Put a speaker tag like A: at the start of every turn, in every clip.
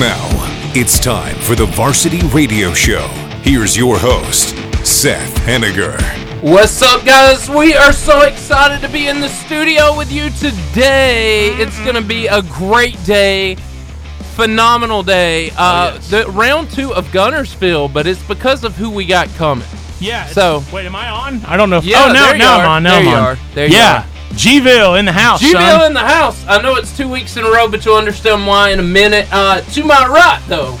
A: Now, it's time for the Varsity Radio Show. Here's your host, Seth Henniger.
B: What's up, guys? We are so excited to be in the studio with you today. It's going to be a great day, phenomenal day. Uh, The round two of Gunnersville, but it's because of who we got coming.
C: Yeah. it's-
B: So-
C: wait, am I on? I don't know. If,
B: Yeah,
C: oh, now,
B: there you
C: now
B: are.
C: I'm on. Now
B: There
C: I'm
B: you
C: on.
B: are. There you
C: yeah. Gville in the house. son.
B: Gville in the house. I know it's two weeks in a row, but you'll understand why in a minute. Uh, to my right, though,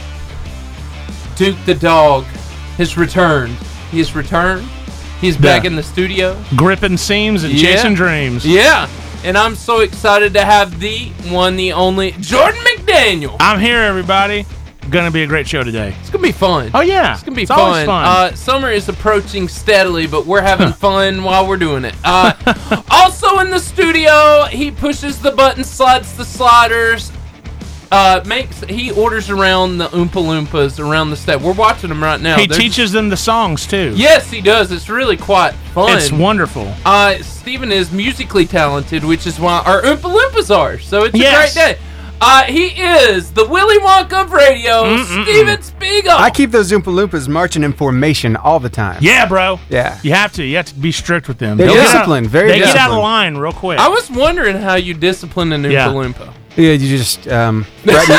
B: Duke the dog has returned. He has returned. He's back
C: Yeah.
B: in the studio.
C: gripping seams and
B: Yeah.
C: chasing dreams.
B: Yeah, and I'm so excited to have the one, the only Jordan McDaniel.
C: I'm here, everybody. Gonna be a great show today.
B: It's gonna be fun.
C: Oh yeah,
B: It's gonna be
C: it's
B: fun.
C: Always fun.
B: Uh, summer is approaching steadily, but we're having fun while we're doing it. Uh, also in the studio, he pushes the button, slides the sliders. Uh, makes he orders around the Oompa Loompas around the state. We're watching them right now.
C: he
B: They're-
C: teaches them the songs too.
B: Yes, he does. It's really quite fun.
C: it's wonderful.
B: Uh, Steven is musically talented, which is why our Oompa Loompas are. So it's
C: Yes.
B: a great day. Uh, he is the Willy Wonka of radio, Steven Spiegel.
D: I keep those Oompa Loompas marching in formation all the time.
C: Yeah, bro.
D: Yeah.
C: You have to. You have to be strict with them.
D: They're
C: They'll get out-
D: disciplined, very
C: They get out of
D: disciplined.
C: line real quick.
B: I was wondering how you discipline an Oompa
C: Yeah.
B: Loompa.
D: Yeah, you just um, threaten,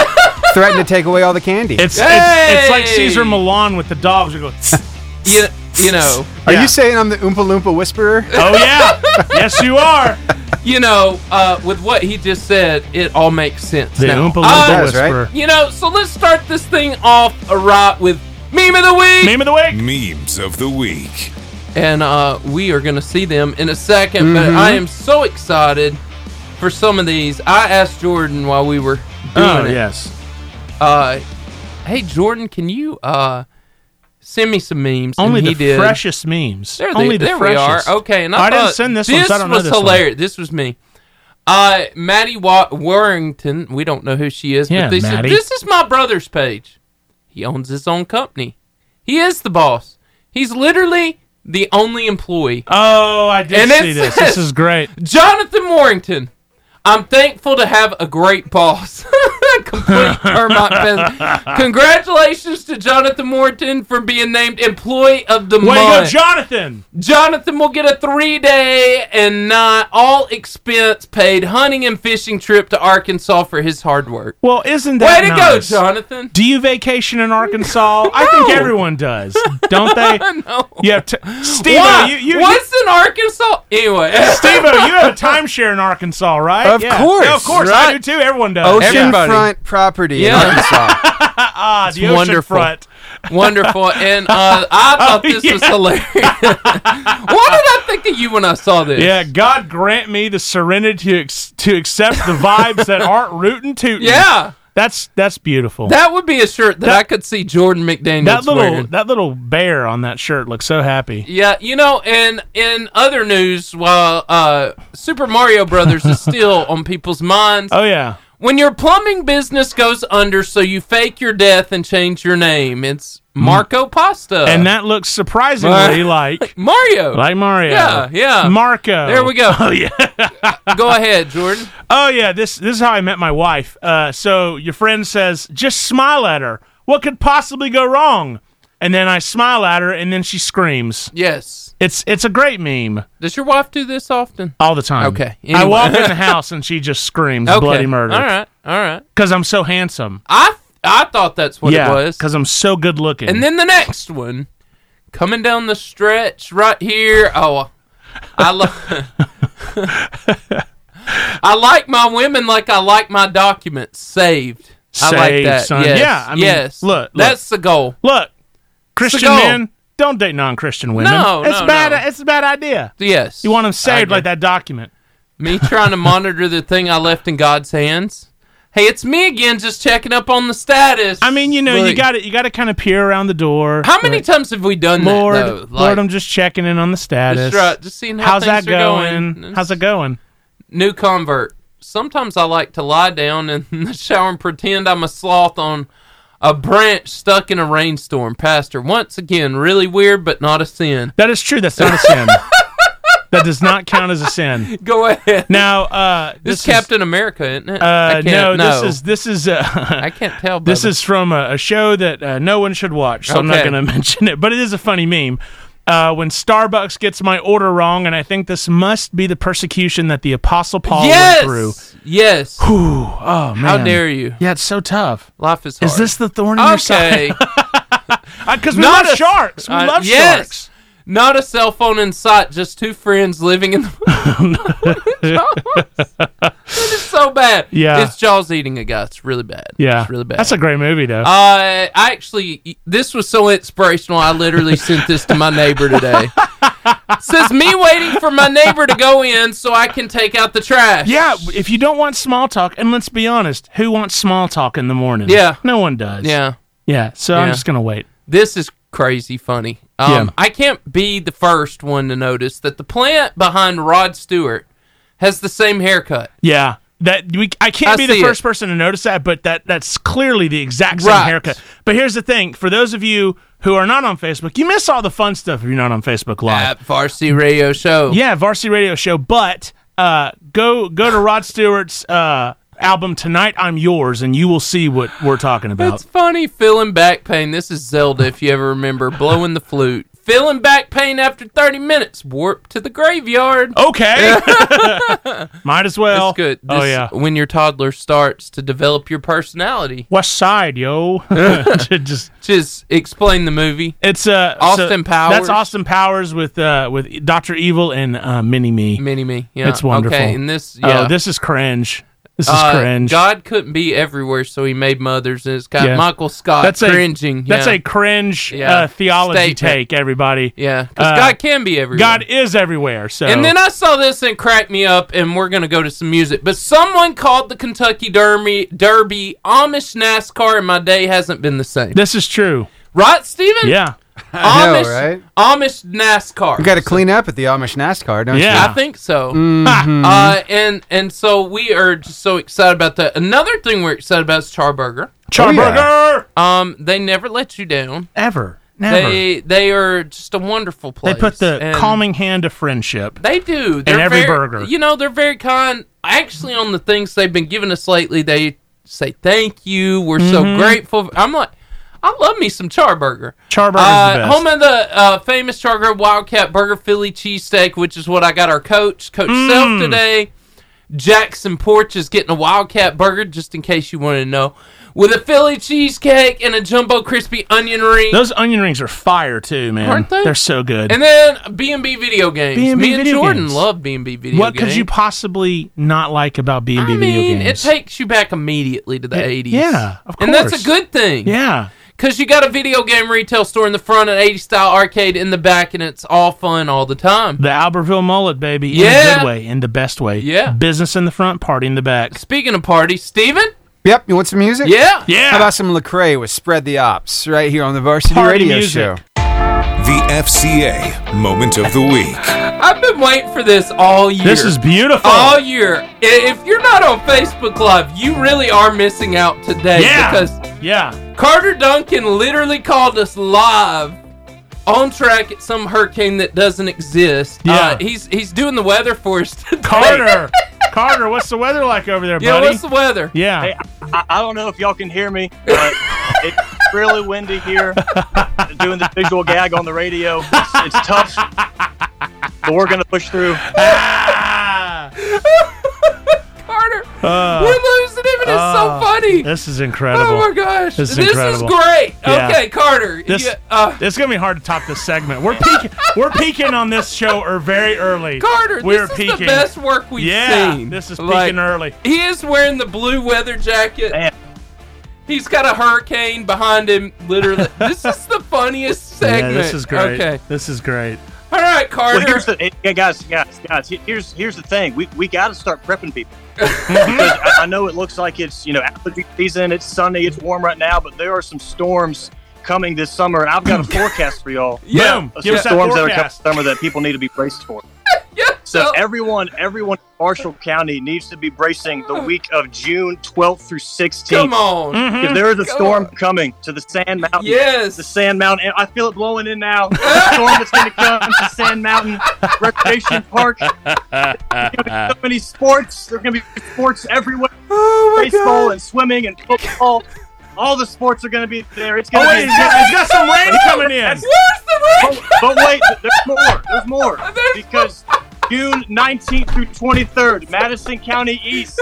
D: threaten to take away all the candy.
C: it's, it's it's like Caesar
B: Hey!
C: Milan with the dogs. You're going.
B: You, you know,
D: Are
C: yeah.
D: you saying I'm the Oompa Loompa whisperer?
C: oh yeah. yes, you are.
B: you know, uh, with what he just said, it all makes sense
C: The
B: now.
C: Oompa Loompa
B: Uh,
D: That's right.
C: whisperer.
B: you know, so let's start this thing off uh, right with meme of the week.
C: Meme of the week.
A: Memes of the week.
B: and uh, we are going to see them in a 2nd But I
C: Mm-hmm.
B: am so excited for some of these. I asked Jordan while we were doing
C: Oh
B: it.
C: yes.
B: Uh, hey Jordan, can you uh, send me some memes?
C: Only
B: and
C: the
B: he did.
C: freshest memes.
B: There, they-
C: Only the
B: there we are.
C: freshest.
B: Okay, and
C: Oh,
B: I,
C: I didn't
B: thought
C: send this one, so I don't know
B: was
C: this one.
B: hilarious. This was me. Uh, Maddie Wa- Warrington. We don't know who she is,
C: Yeah,
B: but they said
C: Maddie.
B: this is my brother's page. He owns his own company. He is the boss. He's literally the only employee.
C: Oh, I did
B: And it
C: see this.
B: says-
C: This is great.
B: Jonathan Warrington. I'm thankful to have a great boss. Complete termite peasant. Congratulations to Jonathan Warrington for being named Employee of the
C: Way to go,
B: Month.
C: Jonathan!
B: Jonathan will get a three-day and not all expense paid hunting and fishing trip to Arkansas for his hard work.
C: Well, isn't
B: Way
C: that
B: to go,
C: nice?
B: Jonathan!
C: Do you vacation in Arkansas? I think everyone does, don't they?
B: No.
C: You have t- Steve,
B: Why?
C: you, you, you
B: What's in Arkansas? Anyway,
C: Steve, you have a timeshare in Arkansas, right?
D: Of
C: Yeah.
D: course.
C: Yeah, of course, I do too. Everyone does. Yeah.
B: Everybody.
D: Oceanfront property
B: Yeah.
D: in Arkansas.
C: Ah, the ocean
B: wonderful.
C: front.
B: Wonderful. And uh, I thought
C: Oh,
B: this was
C: yeah.
B: hilarious. Why did I think of you when I saw this?
C: Yeah, God grant me the serenity to ex- to accept the vibes that aren't rootin' tootin'.
B: Yeah.
C: that's that's beautiful.
B: That would be a shirt that, I could see Jordan McDaniels
C: That little
B: wearing.
C: that little bear on that shirt looks so happy.
B: yeah, you know, and in other news, while uh, Super Mario Brothers is still on people's minds,
C: Oh yeah,
B: when your plumbing business goes under, so you fake your death and change your name, it's Marco Pasta.
C: Mm. and that looks surprisingly like
B: Mario.
C: Like Mario.
B: Yeah, yeah.
C: Marco.
B: there we go.
C: Oh yeah.
B: Go ahead, Jordan.
C: Oh yeah. This this is how I met my wife. Uh, so your friend says, just smile at her. What could possibly go wrong? And then I smile at her, and then she screams.
B: Yes.
C: It's it's a great meme
B: Does your wife do this often?
C: all the time.
B: Okay,
C: I
B: anyway.
C: walk in the house and she just screams bloody
B: All
C: murder
B: right. All right.
C: because I'm so handsome.
B: I I thought that's what it
C: yeah,
B: was.
C: because I'm so good looking.
B: And then the next one, coming down the stretch right here. Oh, I love. I like my women like I like my documents saved. I like
C: Saved,
B: that.
C: son.
B: Yes.
C: Yeah, I mean,
B: yes.
C: look, look.
B: that's the goal.
C: look, Christian
B: Seagal.
C: men don't date non-Christian women.
B: No,
C: it's
B: no,
C: bad.
B: no.
C: It's a bad idea.
B: Yes,
C: You want them
B: I
C: saved
B: agree.
C: like that document.
B: Me trying to monitor the thing I left in God's hands. Hey, it's me again, just checking up on the status.
C: I mean, you know, you
B: Like,
C: got to You got to kind of peer around the door.
B: How many
C: Like,
B: times have we done
C: Lord,
B: that? though? Like,
C: Lord, I'm just checking in on the status.
B: just, try- just seeing how
C: How's
B: things
C: that
B: are
C: going? How's it going?
B: new convert. Sometimes I like to lie down in the shower and pretend I'm a sloth on a branch stuck in a rainstorm. Pastor, once again, really weird, but not a sin.
C: That is true. That's not a sin. That does not count as a sin.
B: Go ahead.
C: Now, uh,
B: this,
C: this,
B: is Captain America, isn't it?
C: Is,
B: I
C: uh,
B: can't,
C: no, this is this is uh,
B: I can't tell.
C: this
B: brother.
C: is from a, a show that uh, no one should watch, so I'm not
B: Okay.
C: going to mention it. But it is a funny meme. Uh, when Starbucks gets my order wrong, and I think this must be the persecution that the Apostle Paul
B: yes.
C: went through.
B: Yes.
C: Ooh, oh man!
B: How dare you?
C: Yeah, it's so tough.
B: Life is hard.
C: Is this the thorn in your side?
B: okay?
C: Because we
B: Not
C: love
B: a-
C: sharks. We
B: Uh,
C: love
B: yes.
C: sharks.
B: Not a cell phone in sight. Just two friends living in the. That is so bad.
C: Yeah.
B: It's Jaws eating a guy. It's really bad.
C: Yeah,
B: It's really bad.
C: That's a great movie, though.
B: Uh, I actually, this was so inspirational. I literally sent this to my neighbor today. It says me waiting for my neighbor to go in so I can take out the trash.
C: yeah, if you don't want small talk, and let's be honest, who wants small talk in the morning?
B: Yeah.
C: no one does.
B: yeah.
C: yeah. So I'm
B: Yeah.
C: just gonna wait.
B: This is crazy funny. Um,
C: Yeah.
B: I can't be the first one to notice that the plant behind Rod Stewart has the same haircut.
C: Yeah, that we I can't
B: I
C: be the
B: see it.
C: first person to notice that, but that that's clearly the exact same
B: Right.
C: haircut. But here's the thing: for those of you who are not on Facebook, you miss all the fun stuff if you're not on Facebook Live.
B: At Varsity Radio Show.
C: Yeah, Varsity Radio Show. But uh, go go to Rod Stewart's uh, album tonight. I'm yours, and you will see what we're talking about.
B: It's funny feeling back pain. This is Zelda, if you ever remember, blowing the flute. Feeling back pain after 30 minutes. Warp to the graveyard.
C: okay, might as Oh, well.
B: That's good. This,
C: oh yeah,
B: When your toddler starts to develop your personality.
C: West Side, yo. Just
B: Just explain the movie.
C: it's uh, so-
B: Austin Powers.
C: That's Austin Powers with uh, with Doctor Evil and uh, Mini Me.
B: Mini me. Yeah.
C: It's wonderful.
B: Okay, and this yeah.
C: Oh, this is cringe. This is
B: Uh,
C: cringe.
B: God couldn't be everywhere, so he made mothers, and it's got
C: Yeah.
B: Michael Scott
C: that's
B: cringing.
C: a that's
B: yeah.
C: a cringe
B: Yeah.
C: uh, theology
B: Statement.
C: take. Everybody,
B: yeah, because
C: uh,
B: God can be everywhere.
C: God is everywhere. So
B: And then I saw this and it cracked me up, and we're gonna go to some music. But someone called the Kentucky Derby Derby Amish NASCAR, and my day hasn't been the same.
C: this is true.
B: Right, Steven?
C: Yeah,
B: Amish,
D: know, right?
B: Amish NASCAR.
D: You got to clean up at the Amish NASCAR, don't
C: Yeah.
B: I think so.
D: Mm-hmm.
B: Uh, and and so we are just so excited about that. Another thing we're excited about is Charburger.
C: Charburger
B: Um, they never let you down.
C: ever, never. They,
B: They they are just a wonderful place.
C: put the
B: And-
C: calming hand of friendship.
B: They do. They're
C: every
B: very,
C: burger.
B: You know, they're very kind. Actually, on the things they've been giving us lately, they say thank you. We're
C: Mm-hmm.
B: so grateful. I'm like, I love me some Charburger.
C: Charburger's the
B: Uh,
C: best.
B: home of the uh, famous Charburger Wildcat Burger Philly cheesesteak, which is what I got our coach, Coach
C: Mm.
B: Self, today. Jackson Porch is getting a Wildcat Burger, just in case you wanted to know, with a Philly cheesecake and a jumbo crispy onion ring.
C: Those onion rings are fire too, man.
B: Aren't they?
C: are so good.
B: and then B and B video games.
C: B&B
B: Me and
C: video
B: Jordan
C: games.
B: love B and B video
C: what
B: games.
C: could you possibly not like about B and B
B: I
C: video
B: mean,
C: games?
B: it takes you back immediately to the eighties.
C: yeah, of
B: and that's
C: course.
B: a good thing.
C: yeah,
B: because you got a video game retail store in the front, an eighties style arcade in the back, and it's all fun all the time.
C: the Albertville mullet, baby. in a
B: Yeah.
C: good way, in the best way.
B: Yeah.
C: business in the front, party in the back.
B: Speaking of parties, Steven?
D: you? Yep. You want some music?
B: yeah,
C: Yeah,
D: How about some Lecrae with "Spread the Ops" right here on the Varsity
C: Party
D: Radio
C: music.
D: Show?
A: The FCA Moment of the Week.
B: I've been waiting for this all year.
C: this is beautiful.
B: all year. I- If you're not on Facebook Live, you really are missing out today
C: yeah,
B: because
C: yeah.
B: Carter Duncan literally called us live on track at some hurricane that doesn't exist.
C: Yeah.
B: Uh, he's he's doing the weather for us today.
C: Carter, Carter, what's the weather like over there,
B: Yeah,
C: buddy?
B: what's the weather?
C: yeah,
E: Hey, I, I don't know if y'all can hear me, but it's really windy here. Doing this visual gag on the radio, it's, it's tough, but we're gonna push through.
C: Ah,
B: Carter,
C: uh,
B: we're losing him, and it's
C: uh,
B: so funny.
C: This is incredible.
B: Oh my gosh,
C: This is incredible.
B: great.
C: Yeah.
B: Okay, Carter,
C: This-
B: yeah, uh,
C: It's gonna be hard to top this segment. We're peaking. we're peaking on this show or very early.
B: Carter,
C: we're
B: this is
C: peaking.
B: the best work we've
C: yeah,
B: seen.
C: this is peaking
B: Like,
C: early.
B: He is wearing the blue weather jacket.
E: Man.
B: He's got a hurricane behind him, literally. this is the funniest segment.
C: Yeah, this is great.
B: Okay.
C: This is great.
B: All right, Carter.
E: Well, here's the hey, guys, guys, guys. he- Here's here's the thing. We we got to start prepping people. because I, I know it looks like it's you know allergy season. It's sunny. It's warm right now, but there are some storms coming this summer, and I've got a forecast for y'all.
B: Yeah.
C: Boom.
E: Of
C: Give
E: some
C: us that
E: storms that are coming
C: forecast.
E: this summer that people need to be braced for.
B: Yeah.
E: So everyone, everyone in Marshall County needs to be bracing the week of June 12th through 16th.
B: Come on.
C: Mm,
E: If there is a
B: Come
E: storm
B: on.
E: coming to the Sand Mountain,
B: Yes.
E: the Sand Mountain. I feel it blowing in now. The storm that's going to come to Sand Mountain Recreation Park. There's gonna be so many sports. There's going to be sports everywhere.
B: Oh my
E: Baseball
B: God.
E: and swimming and football. All the sports are going to be there. It's
C: Oh,
E: going to
C: wait,
E: be.
C: it's got, it's got some rain coming in.
B: Where's the
E: But,
B: ring?
C: Oh,
E: but wait, there's more. There's more because June 19th through 23rd, Madison County East.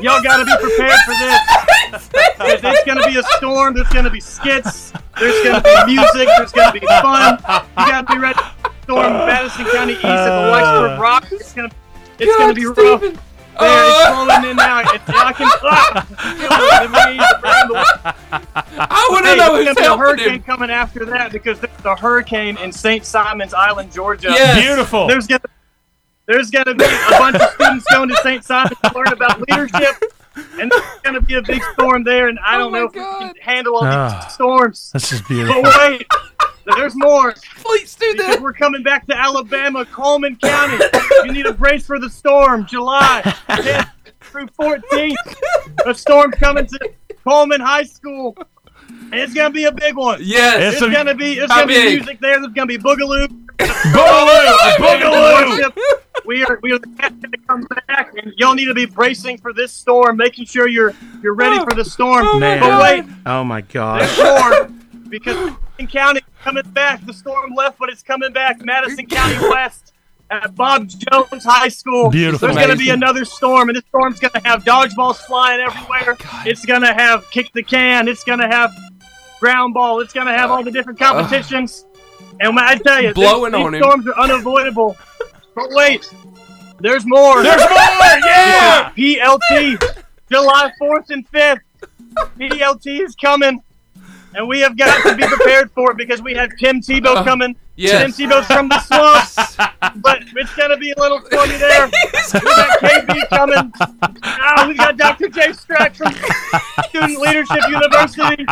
E: Y'all got to be prepared for this. 'Cause It's gonna be a storm. There's gonna be skits. There's gonna be music. There's gonna be fun. You gotta be ready. for the Storm Madison County East at the Whitesburg
B: Uh.
E: Rock. It's gonna. It's gonna be rough. There,
B: Stephen.
E: it's
B: Uh,
E: rolling in now. It's knocking. Ah, feel the rain, the rain, the
B: I want to
E: Hey,
B: know who's
E: there's gonna be a
B: helping
E: hurricane
B: him.
E: coming after that because there's a hurricane in St. Simon's Island, Georgia.
B: Yes.
C: Beautiful.
E: There's gonna there's gonna be a bunch of students going to St. Simon to learn about leadership, and there's gonna be a big storm there. And I
B: Oh
E: don't
B: my
E: know if
B: God.
E: we can handle all
C: Ah.
E: these storms.
C: This is beautiful.
E: But wait, there's more.
B: Please do
E: Because
B: this.
E: we're coming back to Alabama, Coleman County. You need a brace for the storm. July 10th through 14th. A storm coming to Coleman High School. And it's gonna be a big one.
B: Yes.
E: It's
C: It's a-
E: gonna be it's
B: How
E: gonna be
B: big?
E: music there. There's gonna be boogaloo.
C: Boogaloo, boogaloo.
E: Worship. We are we are going to come back, and y'all need to be bracing for this storm, making sure you're you're ready for the storm.
B: Oh
C: Man.
E: But wait,
C: Oh my
E: there's
C: gosh.
E: more because Madison County coming back. The storm left, but it's coming back. Madison County West at Bob Jones High School.
C: Beautiful.
E: There's going to be
B: Amazing. Oh,
E: another storm, and this storm's going to have dodgeballs flying everywhere. it's going to have kick the can. It's going to have ground ball. It's going to have all the different competitions. and when I tell you,
B: Uh, Blowing
E: these,
B: on him.
E: these storms are unavoidable. But wait, there's more.
C: There's more. Yeah.
E: PLT, July 4th and 5th. PLT is coming, and we have got to be prepared for it because we have Tim Tebow
C: Uh-huh.
E: coming.
B: yes.
E: Tim Tebow's from the swamps, but it's going to be a little funny there. We got KB coming. Ah, we got Dr. Jay Strack from Student Leadership University,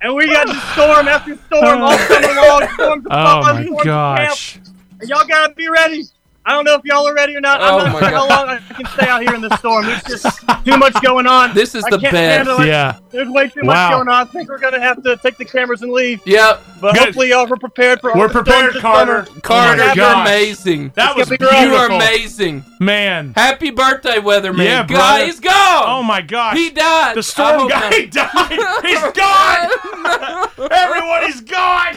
E: and we got just storm after storm all summer long. Storms of
C: Oh
E: fun,
C: my
E: storms of
C: gosh.
E: and Y'all gotta be ready. I don't know if y'all are ready or not.
B: Oh
E: I'm
B: my
E: not sure how
B: God.
E: long I can stay out here in the storm. There's just too much going on.
B: This is
E: I
B: the
E: can't
B: best.
E: handle it.
C: Yeah.
E: There's way too
C: Wow.
E: much going on. I think we're gonna have to take the cameras and leave.
B: Yep.
E: But
C: Good.
E: hopefully y'all were prepared for all
C: We're
E: the storms
C: prepared,
E: this
C: Carter.
E: summer.
B: Carter,
C: oh
B: you're
C: my gosh.
B: amazing.
C: That was
E: gonna be great.
B: You are
C: beautiful.
B: amazing.
C: Man.
B: Happy birthday, weatherman.
C: Yeah,
B: guy
C: brother.
B: is gone.
C: Oh my gosh.
B: He died. Oh
C: The
B: I
C: storm
B: hope
C: guy
B: not.
C: died. He's gone. Everyone is gone.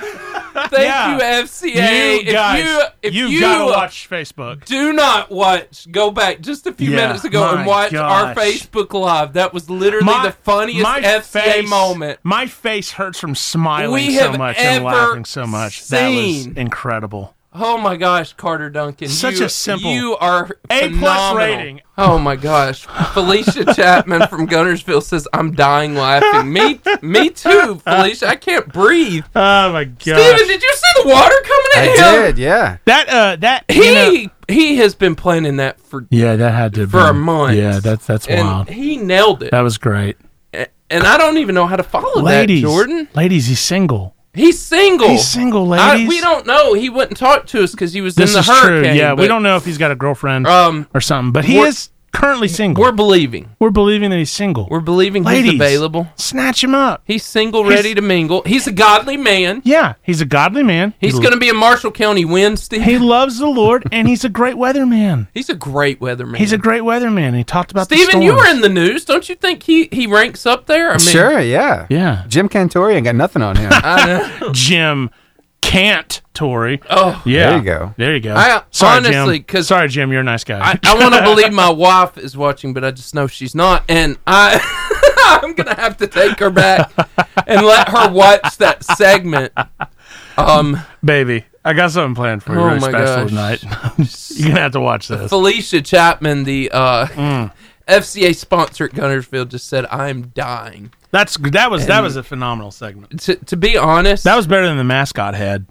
B: Thank
C: Yeah.
B: you, FCA.
C: You guys,
B: if you, if you,
C: gotta watch Facebook.
B: do not watch, go back just a few
C: Yeah,
B: minutes ago
C: my
B: and watch our
C: gosh.
B: Facebook Live. That was literally the funniest
C: my
B: FCA
C: face-
B: moment.
C: My face hurts from smiling
B: We
C: so
B: have
C: much
B: ever
C: and laughing so much. That
B: seen.
C: was incredible.
B: Oh my gosh, Carter Duncan.
C: Such
B: you,
C: a simple-
B: You are
C: A plus
B: phenomenal.
C: rating.
B: Oh my gosh. Felicia Chapman from Gunnersville says, I'm dying laughing. Me me too, Felicia. I can't breathe.
C: Oh my gosh.
B: Steven, did you see the water coming at
D: I
B: him?
D: did, yeah.
C: that uh that you
B: He
C: know-
B: he has been planning that for
C: Yeah, that had to have
B: For a
C: been-
B: month.
C: Yeah, that's that's
B: and
C: wild.
B: he nailed it.
C: That was great.
B: A- And I don't even know how to follow
C: Ladies,
B: that, Jordan.
C: Ladies, he's single.
B: He's single.
C: He's single,
B: I,
C: ladies.
B: we don't know. He wouldn't talk to us because he was
C: This
B: in the
C: is
B: hurricane.
C: true. Yeah, we
B: but,
C: don't know if he's got a girlfriend
B: Um,
C: or something, but he
B: we're-
C: is currently single.
B: we're believing.
C: We're believing that he's single.
B: We're believing
C: Ladies.
B: he's available.
C: Snatch him up.
B: He's single,
C: He's-
B: ready to mingle. He's a godly man.
C: Yeah, he's a godly man.
B: He's
C: he,
B: going to be a Marshall County Wednesday.
C: He loves the Lord, and he's a great weatherman.
B: he's a great weatherman.
C: He's a great weatherman. He talked about the
B: Steven, you were
C: storms.
B: in the news. Don't you think he, he ranks up there? I mean,
D: Sure, yeah.
C: Yeah,
D: Jim Cantorian got nothing on him.
B: I, know.
C: Jim Can't Tory.
B: oh,
C: Yeah,
D: There you go.
C: There you go.
B: I-
C: Sorry,
B: honestly,
C: Jim.
B: 'cause-
C: sorry, Jim, you're a nice guy.
B: I, I want to believe my wife is watching, but I just know she's not. And I, I'm going to have to take her back and let her watch that segment. Um,
C: Baby, I got something planned for you
B: Oh
C: really
B: my
C: special
B: gosh.
C: tonight. you're gonna have to watch this.
B: Felicia Chapman, the uh,
C: Mm.
B: FCA sponsor at Gunnersville, just said, I'm dying.
C: That's that was that was a phenomenal segment.
B: To, to be honest,
C: That was better than the mascot head.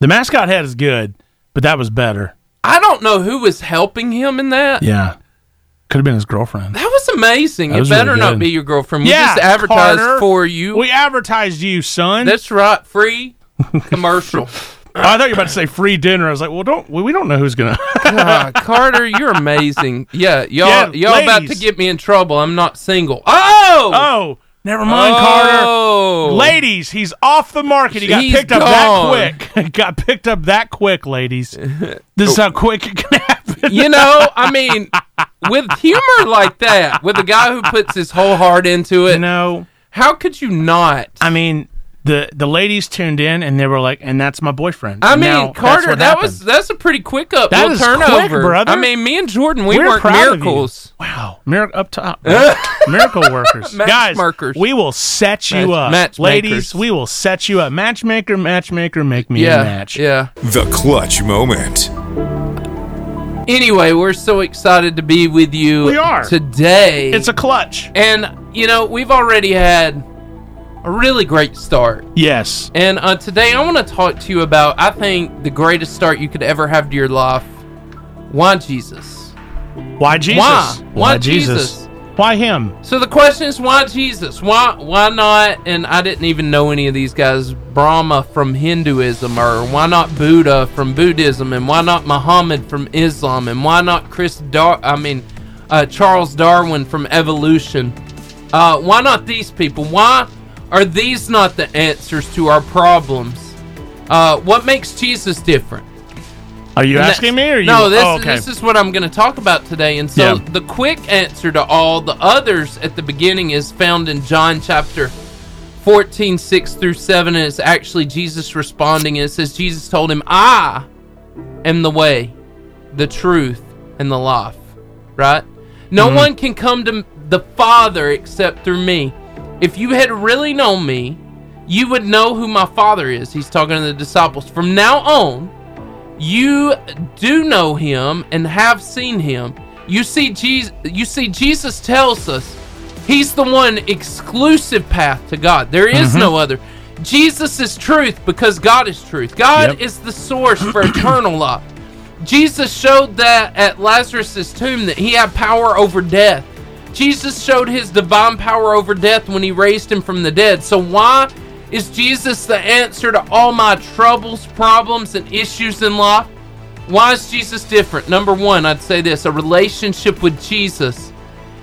C: The mascot head is good, but that was better.
B: I don't know who was helping him in that.
C: Yeah. Could have been his girlfriend.
B: That was amazing.
C: That was
B: it better
C: really
B: not
C: good.
B: be your girlfriend. We
C: Yeah,
B: just advertised
C: Carter.
B: for you.
C: We advertised you, son.
B: That's right. Free commercial.
C: Oh, I thought you were about to say free dinner. I was like, well, don't we, we don't know who's gonna.
B: Ah, Carter, you're amazing. Yeah, y'all,
C: Yeah,
B: y'all about to
C: ladies.
B: get me in trouble. I'm not single. Oh,
C: oh, never mind, Carter.
B: Oh!
C: Ladies, he's off the market. He got
B: He's
C: picked
B: gone.
C: up that quick. got picked up that quick, ladies. This is how quick it can happen.
B: You know, I mean, with humor like that, with a guy who puts his whole heart into it,
C: No,
B: how could you not?
C: I mean the the ladies tuned in and they were like, and that's my boyfriend.
B: I
C: And
B: mean,
C: now that's
B: Carter,
C: what
B: that
C: happened.
B: was that's a pretty quick up
C: That
B: little
C: is quick,
B: turnover.
C: brother.
B: I mean, me and Jordan, we
C: We're
B: work
C: proud of you.
B: miracles.
C: Wow, Mir- up top, miracle workers,
B: Match
C: guys.
B: markers.
C: We will set you
B: Match-
C: up,
B: matchmakers.
C: ladies. We will set you up, matchmaker, matchmaker, make me
B: Yeah,
C: a match.
B: yeah.
A: The clutch moment.
B: Anyway, we're so excited to be with you.
C: We are.
B: today.
C: It's a clutch.
B: and you know we've already had a really great start.
C: Yes,
B: And uh, today I want to talk to you about, I think, the greatest start you could ever have to your life. Why Jesus?
C: why Jesus?
B: Why? Why Jesus?
C: Why him?
B: So the question is, why Jesus? Why why not? And I didn't even know any of these guys. Brahma from Hinduism, or why not Buddha from Buddhism, and why not Muhammad from Islam, and why not Chris Dar? I mean, uh, Charles Darwin from evolution. Uh, why not these people? Why are these not the answers to our problems? Uh, what makes Jesus different?
C: Are you
B: And
C: asking me
B: that's-
C: or you?
B: No, this,
C: oh, okay.
B: this is what I'm going to talk about today. And so
C: Yeah.
B: the quick answer to all the others at the beginning is found in John chapter 14, 6 through 7. And it's actually Jesus responding. And it says, Jesus told him, I am the way, the truth, and the life. Right? No
C: Mm-hmm.
B: one can come to the Father except through me. If you had really known me, you would know who my Father is. He's talking to the disciples. From now on, you do know him and have seen him. You see Jesus you see Jesus tells us he's the one exclusive path to God. There is no other. Jesus is truth because God is truth. God
C: Yep.
B: is the source for eternal life. Jesus showed that at Lazarus' tomb that he had power over death. Jesus showed his divine power over death when he raised him from the dead. So why is Jesus the answer to all my troubles, problems, and issues in life? Why is Jesus different? Number one, I'd say this a relationship with Jesus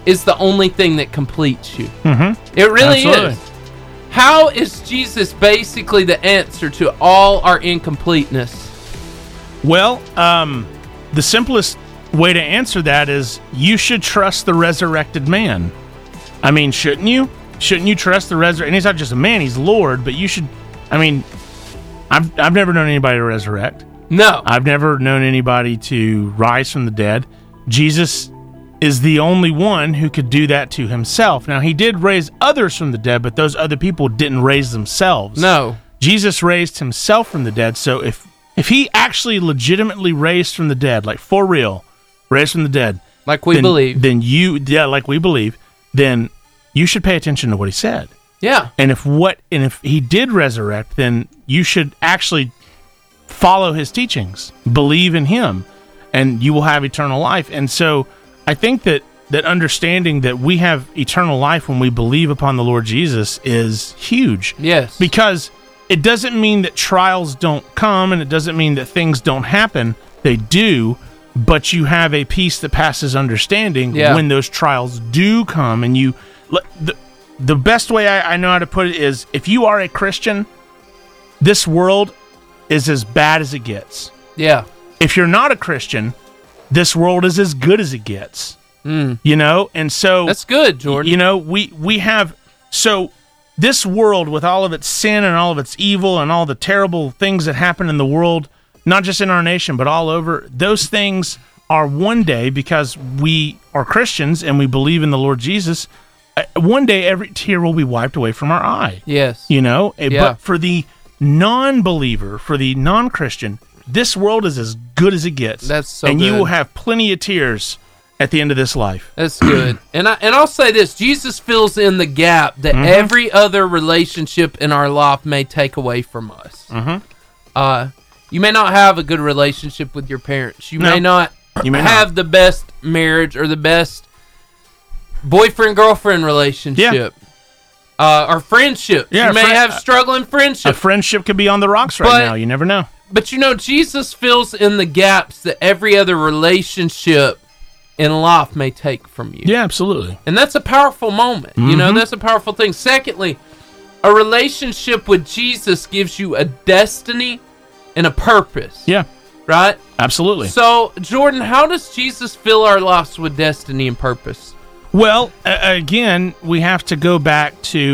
B: is the only thing that completes you. Mm-hmm. It really
C: Absolutely.
B: is. How is Jesus basically the answer to all our incompleteness?
C: Well, um, the simplest way to answer that is you should trust the resurrected man. I mean, shouldn't you? Shouldn't you trust the resurrected? And he's not just a man; he's Lord. But you should. I mean, I've I've never known anybody to resurrect.
B: No.
C: I've never known anybody to rise from the dead. Jesus is the only one who could do that to himself. Now, he did raise others from the dead, but those other people didn't raise themselves.
B: no.
C: Jesus raised himself from the dead. So if if he actually legitimately raised from the dead, like for real, raised from the dead,
B: Like we
C: then,
B: believe.
C: then you yeah, like we believe, then you should pay attention to what he said.
B: yeah.
C: And if what and if he did resurrect, then you should actually follow his teachings, believe in him, and you will have eternal life. And so I think that that understanding that we have eternal life when we believe upon the Lord Jesus is huge
B: Yes.
C: because it doesn't mean that trials don't come and it doesn't mean that things don't happen. They do, but you have a peace that passes understanding
B: Yeah.
C: when those trials do come. And you, le- the, the best way I, I know how to put it is if you are a Christian, this world is as bad as it gets.
B: yeah.
C: If you're not a Christian, this world is as good as it gets. You know? And so
B: Hmm. That's good, Jordan.
C: you know, we we have so this world with all of its sin and all of its evil and all the terrible things that happen in the world, not just in our nation but all over. Those things are one day because we are Christians and we believe in the Lord Jesus. uh, One day, every tear will be wiped away from our eye.
B: yes.
C: You know, Eh,
B: Yeah.
C: but for the non-believer, for the non-Christian, this world is as good as it gets.
B: That's so
C: and you
B: good.
C: will have plenty of tears at the end of this life.
B: That's good. and I and I'll say this, Jesus fills in the gap that
C: Mm-hmm.
B: every other relationship in our life may take away from us.
C: Mm-hmm.
B: Uh you may not have a good relationship with your parents. You may
C: No.
B: not
C: You may not.
B: have the best marriage or the best boyfriend girlfriend relationship. Uh, or friendship.
C: Yeah,
B: you may
C: fri- uh,
B: have struggling
C: A
B: friendship.
C: friendship could be on the rocks right
B: But-
C: now. You never know.
B: But you know, Jesus fills in the gaps that every other relationship in life may take from you.
C: Yeah, Mm-hmm. absolutely.
B: And that's a powerful moment. You know, that's a powerful thing. Secondly, a relationship with Jesus gives you a destiny and a purpose,
C: Yeah,
B: right?
C: absolutely.
B: So, Jordan, how does Jesus fill our lives with destiny and purpose?
C: Well, a- again, we have to go back to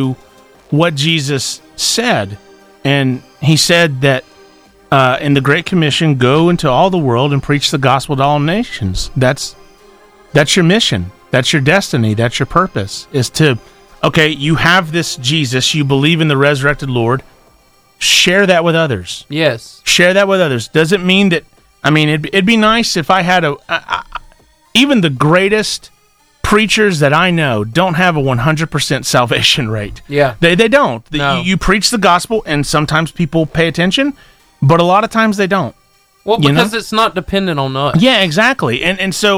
C: what Jesus said. And he said that uh, in the Great Commission, go into all the world and preach the gospel to all nations. That's that's your mission. That's your destiny. That's your purpose is to okay, you have this Jesus, you believe in the resurrected Lord. Share that with others
B: Yes.
C: share that with others doesn't mean that i mean it'd, it'd be nice if i had a I- I- even the greatest preachers that i know don't have a 100% salvation rate
B: Yeah.
C: they, they don't The-
B: No.
C: you, you preach the gospel and sometimes people pay attention but a lot of times they don't
B: Well,
C: You know?
B: because it's not dependent on us.
C: yeah, exactly. And and so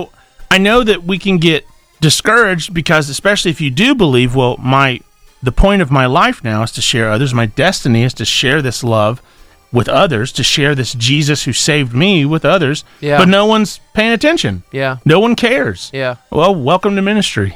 C: I know that we can get discouraged because especially if you do believe, well, my the point of my life now is to share others. My destiny is to share this love with others, to share this Jesus who saved me with others.
B: Yeah.
C: But no one's paying attention.
B: Yeah.
C: No one cares.
B: Yeah.
C: Well, welcome to ministry.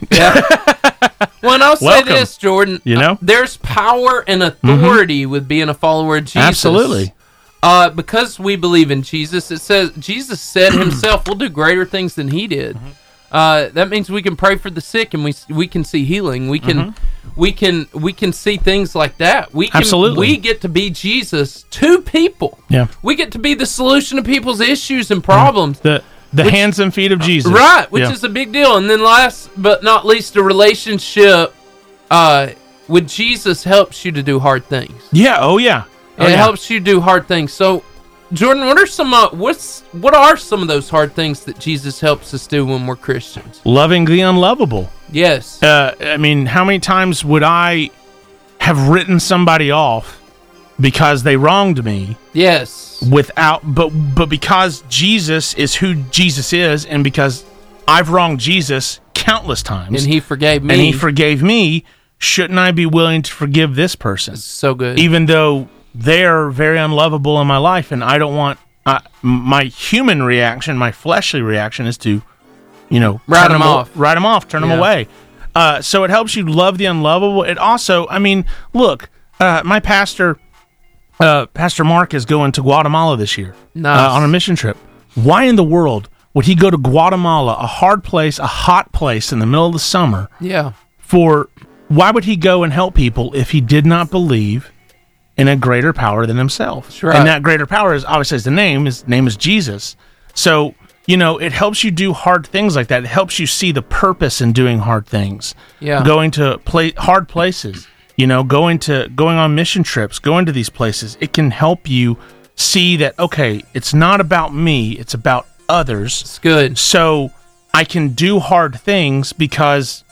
B: Well, and I'll say
C: Welcome.
B: this, Jordan. Uh,
C: You know? Mm-hmm.
B: there's power and authority with being a follower of Jesus.
C: Absolutely.
B: Uh, because we believe in Jesus, it says Jesus said himself, "We'll do greater things than he did."
C: Mm-hmm.
B: Uh, that means we can pray for the sick, and we we can see healing. We can we can we can see things like that. We can,
C: Mm-hmm. Absolutely.
B: we get to be Jesus to people.
C: Yeah.
B: we get to be the solution to people's issues and problems.
C: The the hands and feet of Jesus.
B: Uh, Right, which
C: Yeah.
B: is a big deal. And then last but not least, a relationship uh, with Jesus helps you to do hard things.
C: Yeah, oh yeah. Oh,
B: it
C: yeah.
B: helps you do hard things. So, Jordan, what are some uh, what's what are some of those hard things that Jesus helps us do when we're Christians?
C: Loving the unlovable.
B: Yes.
C: uh, I mean, how many times would I have written somebody off because they wronged me
B: Yes.
C: without, but but because Jesus is who Jesus is, and because I've wronged Jesus countless
B: And
C: times,
B: he forgave me.
C: and he forgave me, shouldn't I be willing to forgive this person,
B: so good.
C: even though they're very unlovable in my life, and I don't want I my human reaction, my fleshly reaction is to, you know,
B: Write
C: turn
B: 'em
C: 'em a-
B: off.
C: write them off, turn
B: Yeah.
C: them away. Uh, so it helps you love the unlovable. It also, I mean, look, uh, my pastor, uh, Pastor Mark, is going to Guatemala this year
B: Nice.
C: uh, on a mission trip. Why in the world would he go to Guatemala, a hard place, a hot place in the middle of the summer,
B: yeah.
C: for why would he go and help people if he did not believe in a greater power than himself?
B: right.
C: And that greater power is obviously is the name. His name is Jesus. So you know it helps you do hard things like that. It helps you see the purpose in doing hard things.
B: Yeah.
C: going to pla hard places. You know, going to going on mission trips, going to these places. It can help you see that okay, it's not about me. It's about others
B: It's good.
C: so I can do hard things because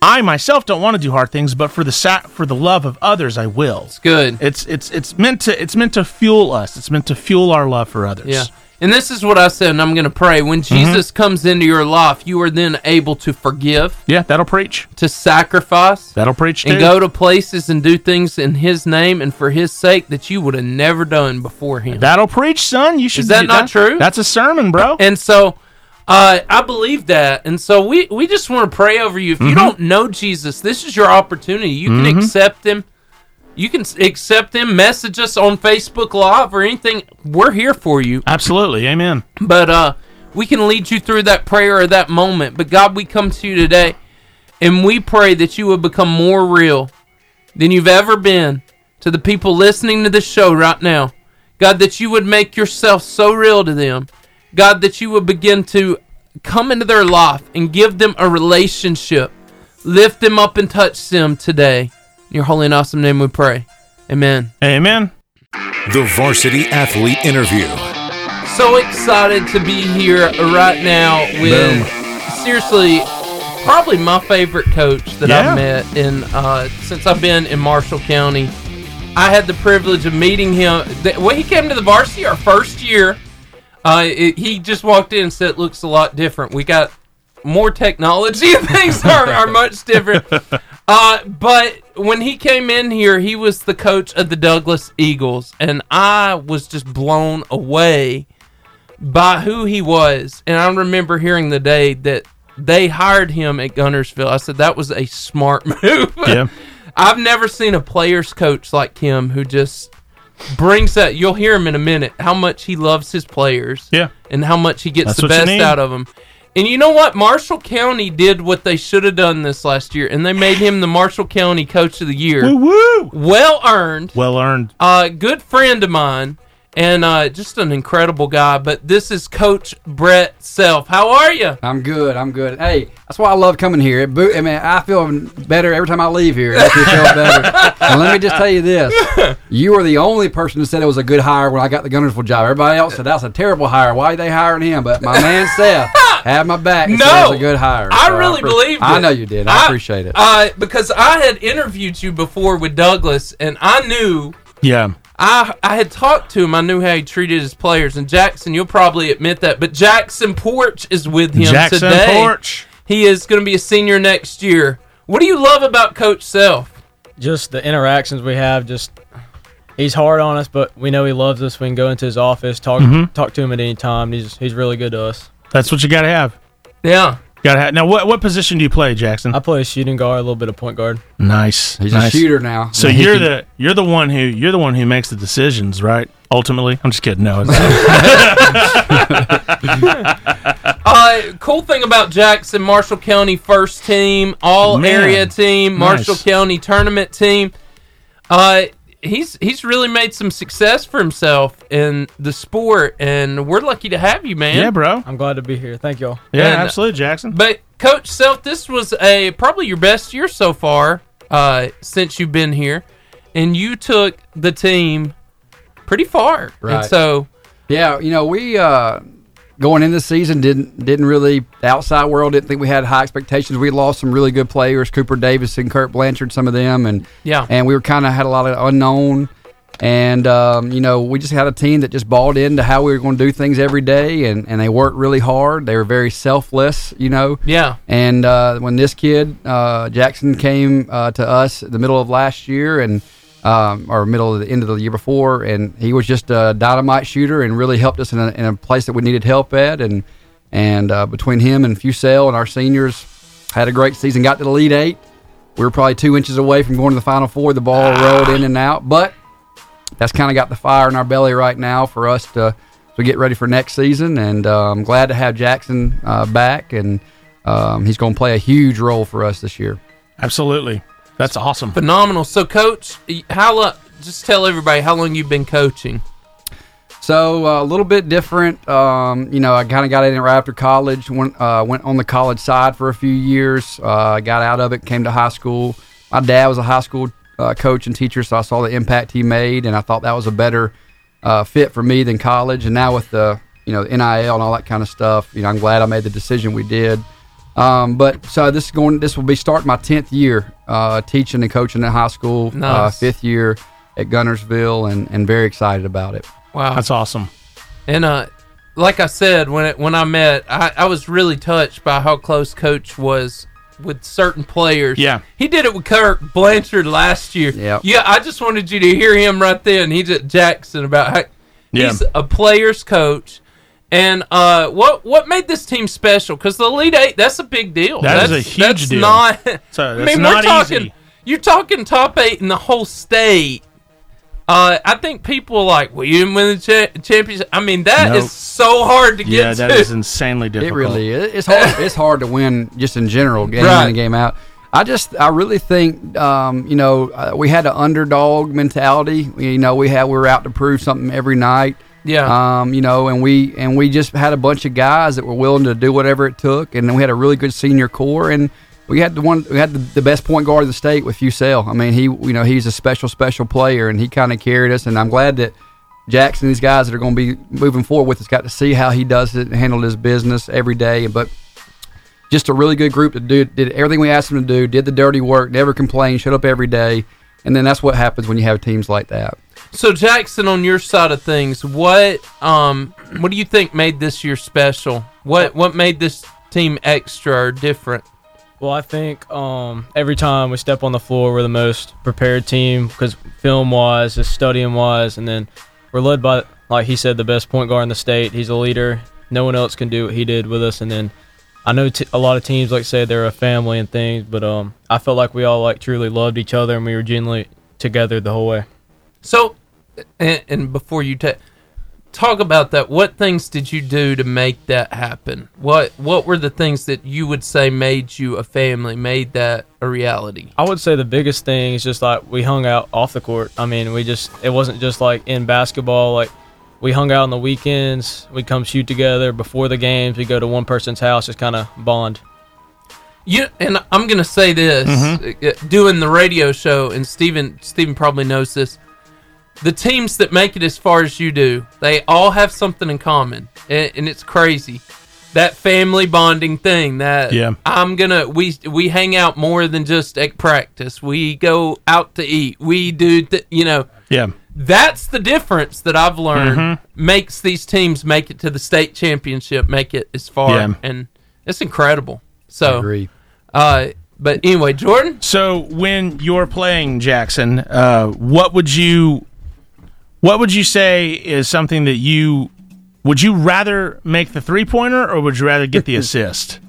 C: I myself don't want to do hard things, but for the sa- for the love of others, I will.
B: It's good.
C: It's it's it's meant to it's meant to fuel us. It's meant to fuel our love for others.
B: Yeah. And this is what I said, and I'm going to pray. When
C: Mm-hmm.
B: Jesus comes into your life, you are then able to forgive,
C: yeah, that'll preach.
B: to sacrifice,
C: That'll preach.
B: and
C: too.
B: go to places and do things in His name and for His sake that you would have never done before Him.
C: That'll preach, son. You should.
B: Is that
C: do
B: not true?
C: That's a sermon, bro.
B: And so uh, I believe that. And so we, we just want to pray over you. If you don't know Jesus, this is your opportunity. You can accept him. You can s- accept him. Message us on Facebook Live or anything. We're here for you.
C: Absolutely. Amen.
B: But uh, we can lead you through that prayer or that moment. But God, we come to you today and we pray that you would become more real than you've ever been to the people listening to this show right now. God, that you would make yourself so real to them. God, that you would begin to come into their life and give them a relationship. Lift them up and touch them today. In your holy and awesome name we pray. Amen.
C: Amen.
A: The Varsity Athlete Interview.
B: so excited to be here right now with seriously probably my favorite coach that
C: Yeah.
B: I've met in uh, since I've been in Marshall County. I had the privilege of meeting him th- when he came to the varsity our first year. Uh, it, he just walked in and said, it "Looks a lot different. We got more technology and things are, are much different." Uh, but when he came in here, he was the coach of the Douglas Eagles, and I was just blown away by who he was. And I remember hearing the day that they hired him at Gunnersville. I said that was a smart move.
C: Yeah.
B: I've never seen a player's coach like him who just brings that. You'll hear him in a minute how much he loves his players.
C: Yeah.
B: And how much he gets
C: That's
B: the
C: what you
B: best
C: need.
B: out of them. And you know what? Marshall County did what they should have done this last year, and they made him the Marshall County Coach of the Year.
C: Woo!
B: Well earned
C: Well earned.
B: uh, good friend of mine and uh, just an incredible guy. But this is Coach Brett Self. How are you?
D: I'm good. I'm good. Hey, that's why I love coming here. It boo- I mean, I feel better every time I leave here. It makes me feel better. and let me just tell you this: you were the only person who said it was a good hire when I got the Gunnersville job. Everybody else said that's a terrible hire. Why are they hiring him? But my man Seth had my back. and said it
B: No,
D: was a good hire.
B: I
D: So
B: really
D: appre-
B: believed.
D: I
B: it.
D: know you did. I, appreciate it.
B: Uh, because I had interviewed you before with Douglas, and I knew
C: Yeah.
B: I I had talked to him. I knew how he treated his players. And Jackson, you'll probably admit that. But Jackson Porch is with him
C: Jackson
B: today.
C: Porch.
B: He is going to be a senior next year. What do you love about Coach Self?
F: just the interactions we have just he's hard on us but we know he loves us we can go into his office talk talk to him at any time he's he's really good to us
C: That's what you got to have.
B: Yeah.
C: Got to have. Now, what what position do you play, Jackson?
F: i play shooting guard a little bit of point guard
C: nice.
D: He's
C: nice.
D: a shooter now.
C: So
D: He
C: you're
D: can-
C: the you're the one who you're the one who makes the decisions, right? Ultimately, I'm just kidding. No, it's-
B: Uh, cool thing about Jackson, Marshall County first team, all
C: Man.
B: area team, Marshall
C: Nice.
B: County tournament team. Uh, he's he's really made some success for himself in the sport, and we're lucky to have you, man.
C: yeah, bro.
F: i'm glad to be here thank y'all
C: Yeah,
B: And-
C: absolutely, Jackson.
B: But Coach Self, this was a probably your best year so far uh, since you've been here, and you took the team pretty far. And
D: Right.
B: so
D: Yeah, you know, we uh, going in this season didn't didn't really the outside world didn't think we had high expectations. We lost some really good players, Cooper Davis and Kurt Blanchard, some of them, and
B: Yeah.
D: and we were kind of had a lot of unknown. And um, you know, we just had a team that just bought into how we were going to do things every day, and and they worked really hard. They were very selfless, you know.
B: yeah,
D: And uh, when this kid uh, Jackson came uh, to us the middle of last year, and um, or middle of the end of the year before, and he was just a dynamite shooter and really helped us in a, in a place that we needed help at. And and uh, between him and Fusel and our seniors, had a great season. Got to the lead eight. We were probably two inches away from going to the final four. The ball rolled in and out, but that's kind of got the fire in our belly right now for us to to get ready for next season. And uh, I'm glad to have Jackson uh, back, and um, he's going to play a huge role for us this year.
C: Absolutely, that's awesome.
B: phenomenal. So, Coach, y- how long? Just tell everybody how long you've been coaching.
D: So uh, a little bit different. Um, you know, I kind of got in it right after college. Went uh, went on the college side for a few years. Uh, got out of it. Came to high school. My dad was a high school uh, coach and teacher, so I saw the impact he made, and I thought that was a better uh, fit for me than college. And now with the you know NIL and all that kind of stuff, you know, I'm glad I made the decision we did. Um, but so this is going. This will be starting my tenth year uh, teaching and coaching in high school. Uh,
B: Nice.
D: fifth year at Gunnersville, and and very excited about it.
B: Wow,
C: That's awesome.
B: And uh, like I said, when it, when I met, I, I was really touched by how close Coach was with certain players.
C: Yeah.
B: he did it with Kirk Blanchard last year.
D: Yep.
B: yeah. I just wanted you to hear him right then. He's at Jackson about how
C: Yeah.
B: he's a player's coach. And uh, what what made this team special? Because the Elite Eight, that's a big deal.
C: That is
B: that's,
C: a huge
B: that's
C: deal.
B: Not,
C: So
B: I
C: that's
B: mean,
C: not
B: we're talking.
C: easy.
B: You're talking top eight in the whole state. Uh, I think people are like, well, you didn't win the cha- championship. I mean, that is
C: No.
B: so hard to get
C: Yeah, that
B: to.
C: is insanely difficult.
D: It really is. It's hard. it's hard to win just in general, game
B: Right.
D: in and game out. I just, I really think, um, you know, uh, we had an underdog mentality. We- You know, we had we were out to prove something every night.
B: Yeah.
D: Um, you know, and we and we just had a bunch of guys that were willing to do whatever it took, and then we had a really good senior core, and we had the one we had the, the best point guard of the state with Fusel. I mean, he you know he's a special special player, and he kind of carried us, and I'm glad that Jackson, these guys that are going to be moving forward with us, got to see how he does it and handled his business every day, but. Just a really good group to do did everything we asked them to do, did the dirty work, never complained, showed up every day, and then that's what happens when you have teams like that.
B: so, Jackson, on your side of things, what um, what do you think made this year special? What what made this team extra or different?
F: Well, I think um, every time we step on the floor, we're the most prepared team because film wise, just studying wise, and then we're led by, like he said, the best point guard in the state. He's a leader. No one else can do what he did with us. And then I know t- a lot of teams, like say, they're a family and things, but um, I felt like we all like truly loved each other and we were genuinely together the whole way.
B: So, and, and before you ta- talk about that, what things did you do to make that happen? What What were the things that you would say made you a family, made that a reality?
F: I would say the biggest thing is just like we hung out off the court. I mean, we just it wasn't just like in basketball. Like we hung out on the weekends. We'd come shoot together before the games. We'd go to one person's house, just kind of bond.
B: You and I'm gonna say this: uh, doing the radio show, and Steven Steven probably knows this. The teams that make it as far as you do, they all have something in common, and, and it's crazy. That family bonding thing. That
C: Yeah.
B: I'm gonna we we hang out more than just at practice. We go out to eat. We do th- you know
C: Yeah.
B: that's the difference that I've learned makes these teams make it to the state championship, make it as far,
C: Yeah.
B: and it's incredible. So
D: Agree.
B: uh, but anyway, Jordan,
C: So when you're playing Jackson, uh, what would you what would you say is something that you would you rather make the three pointer or would you rather get the assist?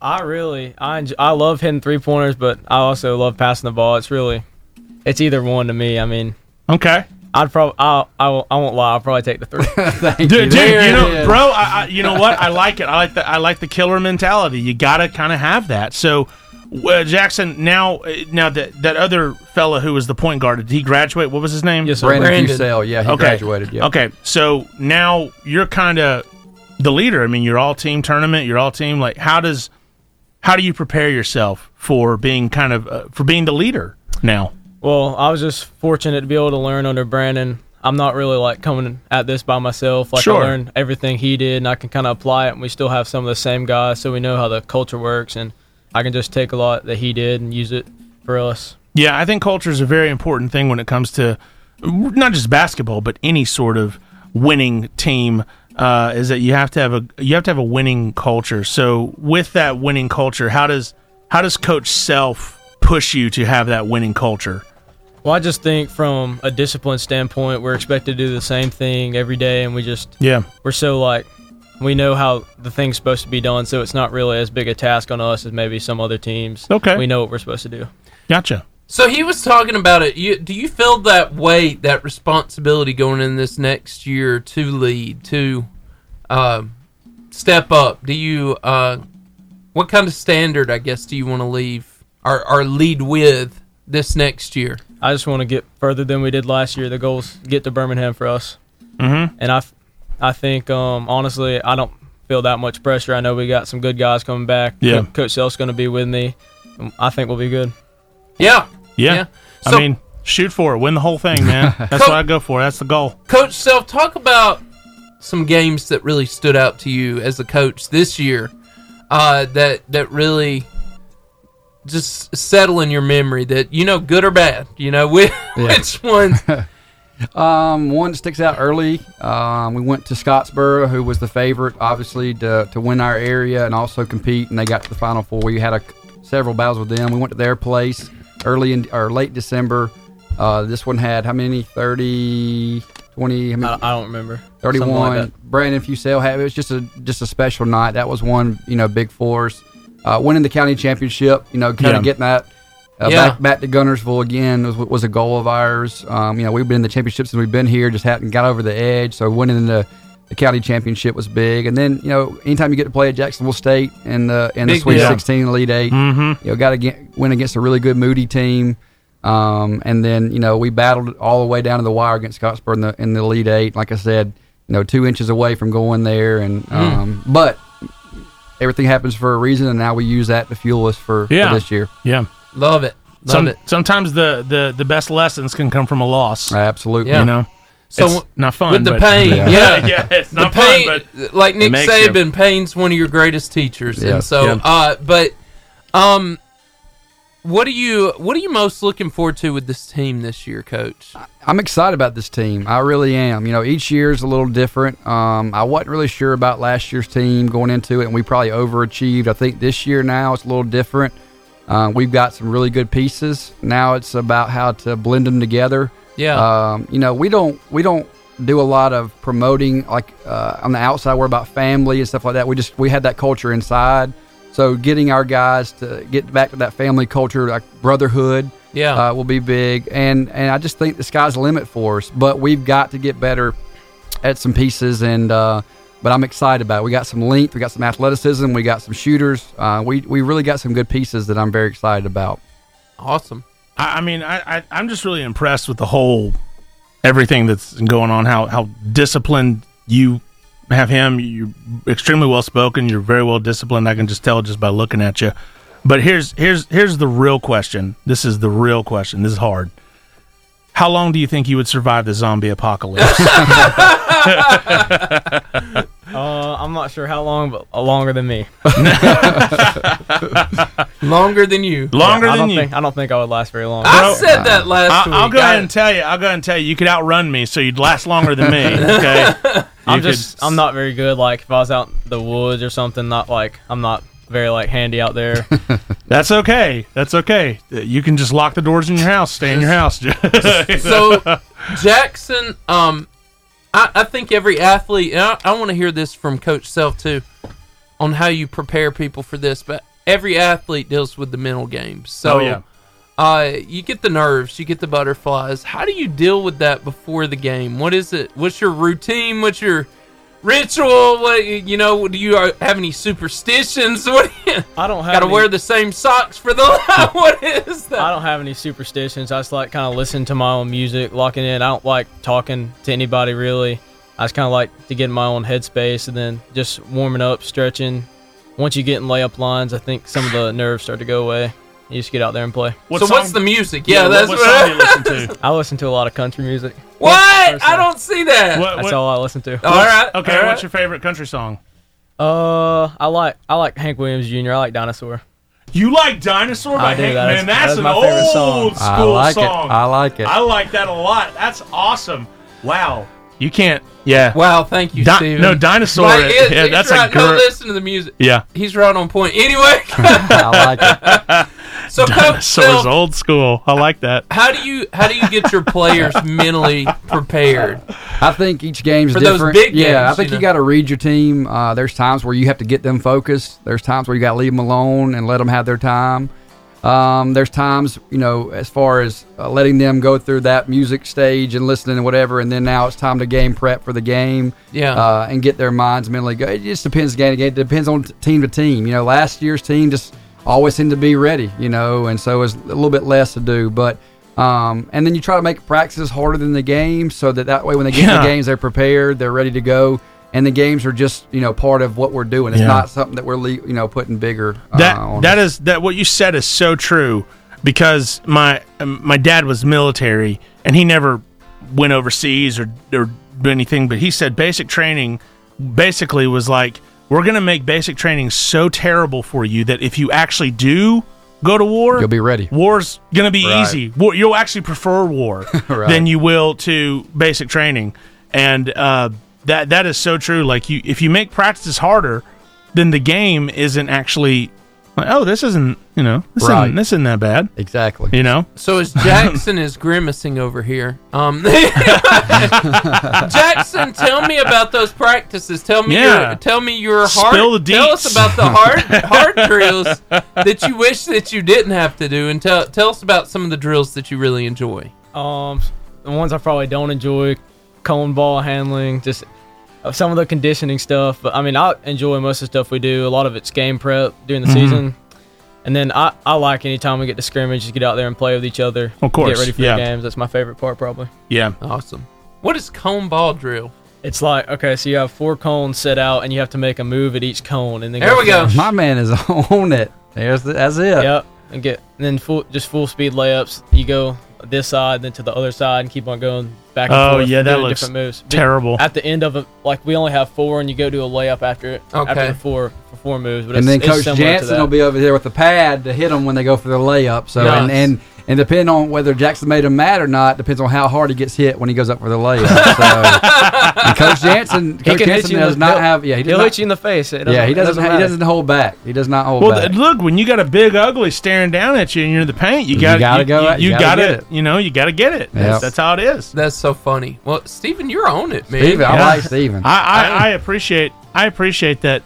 F: I really I enj- I love hitting three pointers, but I also love passing the ball. It's really it's either one to me. I mean,
C: Okay.
F: I'd probably I I won't- I won't lie. I'll probably take the three.
C: Dude,
D: There
C: dude you
D: it
C: know,
D: is.
C: bro, I, I, you know what? I like it. I like the I like the killer mentality. You gotta kind of have that. So, uh, Jackson, now uh, now that that other fella who was the point guard, did he graduate? What was his name?
F: Yes, sir.
D: Brandon,
B: Brandon.
D: Fusel, yeah, he
C: Okay.
D: graduated. Yeah.
C: Okay. So now you're kind of the leader. I mean, you're all team tournament. You're all team. Like, how does how do you prepare yourself for being kind of uh, for being the leader now?
F: Well, I was just fortunate to be able to learn under Brandon. I'm not really like coming at this by myself. Like
C: Sure.
F: I learned everything he did, and I can kind of apply it. And we still have some of the same guys, so we know how the culture works, and I can just take a lot that he did and use it for us.
C: Yeah, I think culture is a very important thing when it comes to not just basketball, but any sort of winning team. Uh, is that you have to have a you have to have a winning culture. So with that winning culture, how does how does Coach Self push you to have that winning culture?
F: Well, I just think from a discipline standpoint, we're expected to do the same thing every day, and we just
C: Yeah,
F: we're so like we know how the thing's supposed to be done, so it's not really as big a task on us as maybe some other teams.
C: Okay.
F: we know what we're supposed to do.
C: gotcha.
B: so he was talking about it. You, do you feel that weight, that responsibility going in this next year to lead, to uh, step up? Do you uh, what kind of standard, I guess, do you want to leave or, or lead with this next year?
F: I just want to get further than we did last year. The goals get to Birmingham for us, mm-hmm. and I, f- I think um, honestly, I don't feel that much pressure. I know we got some good guys coming back.
C: Yeah.
F: Co- Coach Self's going to be with me. Um, I think we'll be good.
B: Yeah,
C: Yeah,
B: Yeah.
C: I
B: So-
C: mean, shoot for it, win the whole thing, man. That's what I go for. That's the goal.
B: Coach Self, talk about some games that really stood out to you as a coach this year. Uh, that that really just settle in your memory that you know good or bad. You know which, which ones.
D: Um, one sticks out early. Um, we went to Scottsboro, who was the favorite, obviously, to, to win our area and also compete. And they got to the final four. We had a, several battles with them. We went to their place early in or late December. Uh, this one had how many? 30, 20, I mean,
F: I, I don't remember. Something
D: 31.
F: like that.
D: Brandon Fusel had it was just a just a special night. That was one you know big force. Uh, winning the county championship, you know, kind
C: Yeah.
D: of getting that. Uh,
B: Yeah.
D: Back back to Gunnersville again was, was a goal of ours. Um, you know, we've been in the championship since we've been here, just hadn't got over the edge. So winning the, the county championship was big. And then you know, anytime you get to play at Jacksonville State and the in the
B: Big
D: Sweet
B: deal. Mm-hmm.
D: 16, Elite 8 you know, got to get, win against a really good Moody team. Um, and then you know we battled all the way down to the wire against Scottsboro in the in the lead eight. Like I said, you know two inches away from going there,
B: Hmm.
D: and um, but everything happens for a reason, and now we use that to fuel us for, for
C: Yeah.
D: this year.
C: Yeah,
B: Love it, love
C: Some,
B: it.
C: sometimes the, the the best lessons can come from a loss.
D: Absolutely.
B: Yeah.
C: You know,
B: So
C: It's not fun
B: with the
C: but-
B: pain, yeah,
C: yeah, it's
B: the
C: not
B: pain,
C: fun, but
B: like Nick
C: makes you.
B: Saban, pain's one of your greatest teachers,
D: Yeah.
B: and so,
C: Yeah.
B: uh, but, um, what are you, what are you most looking forward to with this team this year, Coach?
C: Uh,
D: I'm excited about this team. I really am. You know, each year is a little different. Um, I wasn't really sure about last year's team going into it, and we probably overachieved. I think this year now it's a little different. Uh, we've got some really good pieces. Now it's about how to blend them together.
C: uh,
B: Yeah.
D: Um, you know, we don't we don't do a lot of promoting like uh, on the outside. We're about family and stuff like that. We just we had that culture inside. So getting our guys to get back to that family culture, like brotherhood,
B: Yeah.
D: uh, will be big. And and I just think the sky's the limit for us. But we've got to get better at some pieces and uh, but I'm excited about it. We got some length, we got some athleticism, we got some shooters. Uh, we we really got some good pieces that I'm very excited about.
B: Awesome.
C: I, I mean, I, I I'm just really impressed with the whole everything that's going on. How how disciplined you have him. You're extremely well spoken. You're very well disciplined. I can just tell just by looking at you. But here's here's here's the real question. This is the real question. This is hard. How long do you think you would survive the zombie apocalypse?
F: Uh, I'm not sure how long, but uh, longer than me.
B: Longer than you.
C: Longer
F: I
C: than
F: don't
C: you. Ah!
F: think I don't think I would last very long.
B: I said that last
C: I,
B: week.
C: uh, I'll go
B: I-
C: ahead and tell you. I'll go ahead and tell you. You could outrun me, so you'd last longer than me. Okay.
F: I'm
C: You could-
F: just I'm not very good. Like if I was out in the woods or something, not like I'm not very like handy out there.
C: That's okay. That's okay. You can just lock the doors in your house. Stay in your house.
B: so Jackson, um, I, I think every athlete, and I, I want to hear this from Coach Self too, on how you prepare people for this. But every athlete deals with the mental game. So,
C: Oh, yeah.
B: uh, you get the nerves, you get the butterflies. How do you deal with that before the game? What is it? What's your routine? What's your ritual? What you know? Do you uh, have any superstitions? What? Do you,
F: I don't have
B: gotta
F: any,
B: wear the same socks for the. what is that?
F: I don't have any superstitions. I just like kind of listen to my own music, locking in. I don't like talking to anybody really. I just kind of like to get in my own headspace and then just warming up, stretching. Once you get in layup lines, I think some of the nerves start to go away. You just get out there and play.
B: so what's the music? Yeah, that's
C: what,
B: what.
C: song do you listen to.
F: I listen to a lot of country music.
B: What? I
F: Sorry.
B: don't see that.
C: What,
F: That's
C: what-
F: all I listen to.
B: Uh, All right.
C: Okay,
B: all right.
C: what's your favorite country song?
F: Uh, I like I like Hank Williams Jr. I like Dinosaur.
C: You like Dinosaur by
F: I do.
C: Hank?
F: That is-
C: Man, that's
F: that is
C: an
F: my favorite song.
C: old
F: Ah,
D: I
C: school
D: like it.
C: song.
D: I like it.
C: I like that a lot. That's awesome. Wow. You can't. Yeah.
B: wow, thank you,
C: Di-
B: Steven.
C: no, dinosaur
B: Like,
C: is-
B: it-
C: yeah,
B: he's
C: that's a
B: right.
C: gr-
B: No, listen to the music.
C: Yeah.
B: He's right on point. Anyway,
D: I like it.
B: so Coach
C: Dinosaur's
B: Phil,
C: old school. I like that.
B: how do you how do you get your players mentally prepared?
D: I think each game's
B: For those
D: different.
B: big
D: yeah,
B: games,
D: I think
B: you
D: you,
B: know.
D: got to read your team. Uh, there's times where you have to get them focused. There's times where you got to leave them alone and let them have their time. Um, there's times, you know, as far as uh, letting them go through that music stage and listening and whatever, and then now it's time to game prep for the game.
B: Yeah.
D: Uh, and get their minds mentally go. It just depends game to game. It depends on t- team to team. You know, last year's team just always seemed to be ready. You know, and so it's a little bit less to do, but. Um, and then you try to make practices harder than the games, so that that way when they get in
C: Yeah.
D: the games, they're prepared, they're ready to go, and the games are just you know part of what we're doing. It's
C: Yeah.
D: not something that we're le- you know putting bigger. uh,
C: that
D: on
C: that is that what you said is so true because my um, my dad was military and he never went overseas or or did anything but he said basic training basically was like we're going to make basic training so terrible for you that if you actually do go to war
D: You'll be ready.
C: war's going to be
D: Right.
C: easy war, you'll actually prefer war
D: Right.
C: than you will to basic training and uh, that that is so true like you if you make practices harder then the game isn't actually like, oh, this isn't you know, this
D: Right.
C: isn't this isn't that bad.
D: exactly.
C: You know,
B: So as Jackson is grimacing over here, um, Jackson, tell me about those practices. Tell me
C: Yeah.
B: your tell me your hard.
C: Spill the
B: Tell
C: deets.
B: us about the hard hard drills that you wish that you didn't have to do, and tell tell us about some of the drills that you really enjoy.
F: Um, the ones I probably don't enjoy, cone ball handling, just uh, some of the conditioning stuff. But I mean, I enjoy most of the stuff we do. A lot of it's game prep during the
C: Mm-hmm.
F: season, and then I, I like anytime we get to scrimmage, just get out there and play with each other.
C: Of course,
F: get ready for
C: yeah.
F: the games. That's my favorite part probably.
C: yeah,
B: Awesome. What is cone ball drill?
F: It's like okay, so you have four cones set out, and you have to make a move at each cone, and then
B: There we go.
D: My man is on it. There's the, that's it.
F: Yep, and get and then full just full speed layups. You go this side, then to the other side, and keep on going back. and
C: Oh,
F: forth,
C: yeah,
F: and
C: that
F: doing
C: looks
F: different moves. Be-
C: terrible.
F: At the end of a, like we only have four, and you go do a layup after it
B: Okay.
F: after the four for four moves. But
D: And
F: it's,
D: then
F: it's
D: Coach
F: similar to
D: Jansen
F: that.
D: will be over there with the pad to hit them when they go for their layup. So
B: Nice.
D: and, and And depending on whether Jackson made him mad or not, depends on how hard he gets hit when he goes up for the layup. So, and Coach Jansen,
F: He
D: Coach
F: can hit
D: Jansen
F: you in
D: does
F: the-
D: not
F: he'll-
D: have. Yeah, he does
F: he'll
D: not,
F: hit you in the face. It
D: Yeah, he doesn't.
F: matter.
D: he doesn't hold back. He does not hold
C: Well,
D: back.
C: th- look, when you got a big ugly staring down at you and you're in the paint, you got
D: gotta go at-
C: You,
D: you
C: got
D: gotta get
C: it. You know, you got to get it. That's, that's how it is.
B: That's so funny. Well, Steven, you're on it, man.
D: Steven, I
C: Yeah.
D: like Steven.
C: I, I, I appreciate I appreciate that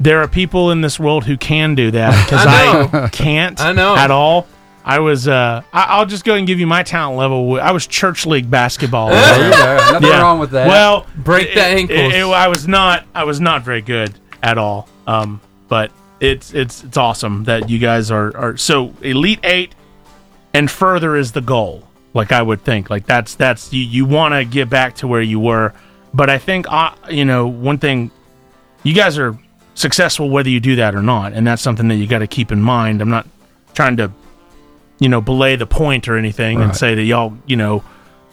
C: there are people in this world who can do that because I, can't
B: I know.
C: at all. I was uh, I, I'll just go ahead and give you my talent level. I was church league basketball.
D: There you go. Nothing wrong with that.
C: Well,
B: Break the
C: it- it-
B: ankles.
C: it- I was not. I was not very good at all. Um, but it's it's it's awesome that you guys are are so elite eight, and further is the goal. Like I would think, like that's that's you you want to get back to where you were. But I think uh, you know one thing, you guys are successful whether you do that or not, and that's something that you got to keep in mind. I'm not trying to, you know, belay the point or anything and say that y'all, you know,